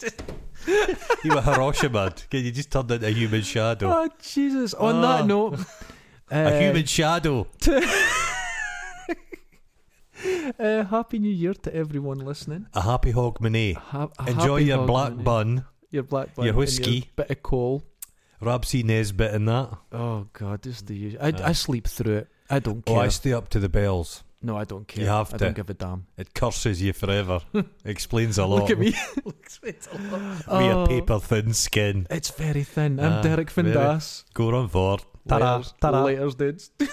[SPEAKER 2] you were Hiroshima. You just turned into a human shadow.
[SPEAKER 1] Oh Jesus! On
[SPEAKER 2] Ah.
[SPEAKER 1] that note,
[SPEAKER 2] a
[SPEAKER 1] uh,
[SPEAKER 2] human shadow.
[SPEAKER 1] Uh, Happy New Year to everyone listening.
[SPEAKER 2] A happy hog manet.
[SPEAKER 1] Ha- a
[SPEAKER 2] Enjoy
[SPEAKER 1] happy
[SPEAKER 2] your
[SPEAKER 1] hog
[SPEAKER 2] black
[SPEAKER 1] Monday.
[SPEAKER 2] bun,
[SPEAKER 1] your black bun,
[SPEAKER 2] your
[SPEAKER 1] and
[SPEAKER 2] whiskey.
[SPEAKER 1] bit of coal.
[SPEAKER 2] Rabsy Nesbit and that.
[SPEAKER 1] Oh God, just the usual. I,
[SPEAKER 2] Uh,
[SPEAKER 1] I sleep through it. I don't
[SPEAKER 2] Oh,
[SPEAKER 1] care.
[SPEAKER 2] I stay up to the bells.
[SPEAKER 1] no, I don't care.
[SPEAKER 2] You have
[SPEAKER 1] I don't
[SPEAKER 2] to.
[SPEAKER 1] give a damn.
[SPEAKER 2] It curses you forever. Explains a lot.
[SPEAKER 1] Look at me.
[SPEAKER 2] We
[SPEAKER 1] Oh,
[SPEAKER 2] a paper thin skin.
[SPEAKER 1] It's very thin. I'm
[SPEAKER 2] Ah,
[SPEAKER 1] Derek
[SPEAKER 2] very.
[SPEAKER 1] Findas.
[SPEAKER 2] Go on for. Ta-ra,
[SPEAKER 1] Laters,
[SPEAKER 2] ta-ra.
[SPEAKER 1] laters, dudes.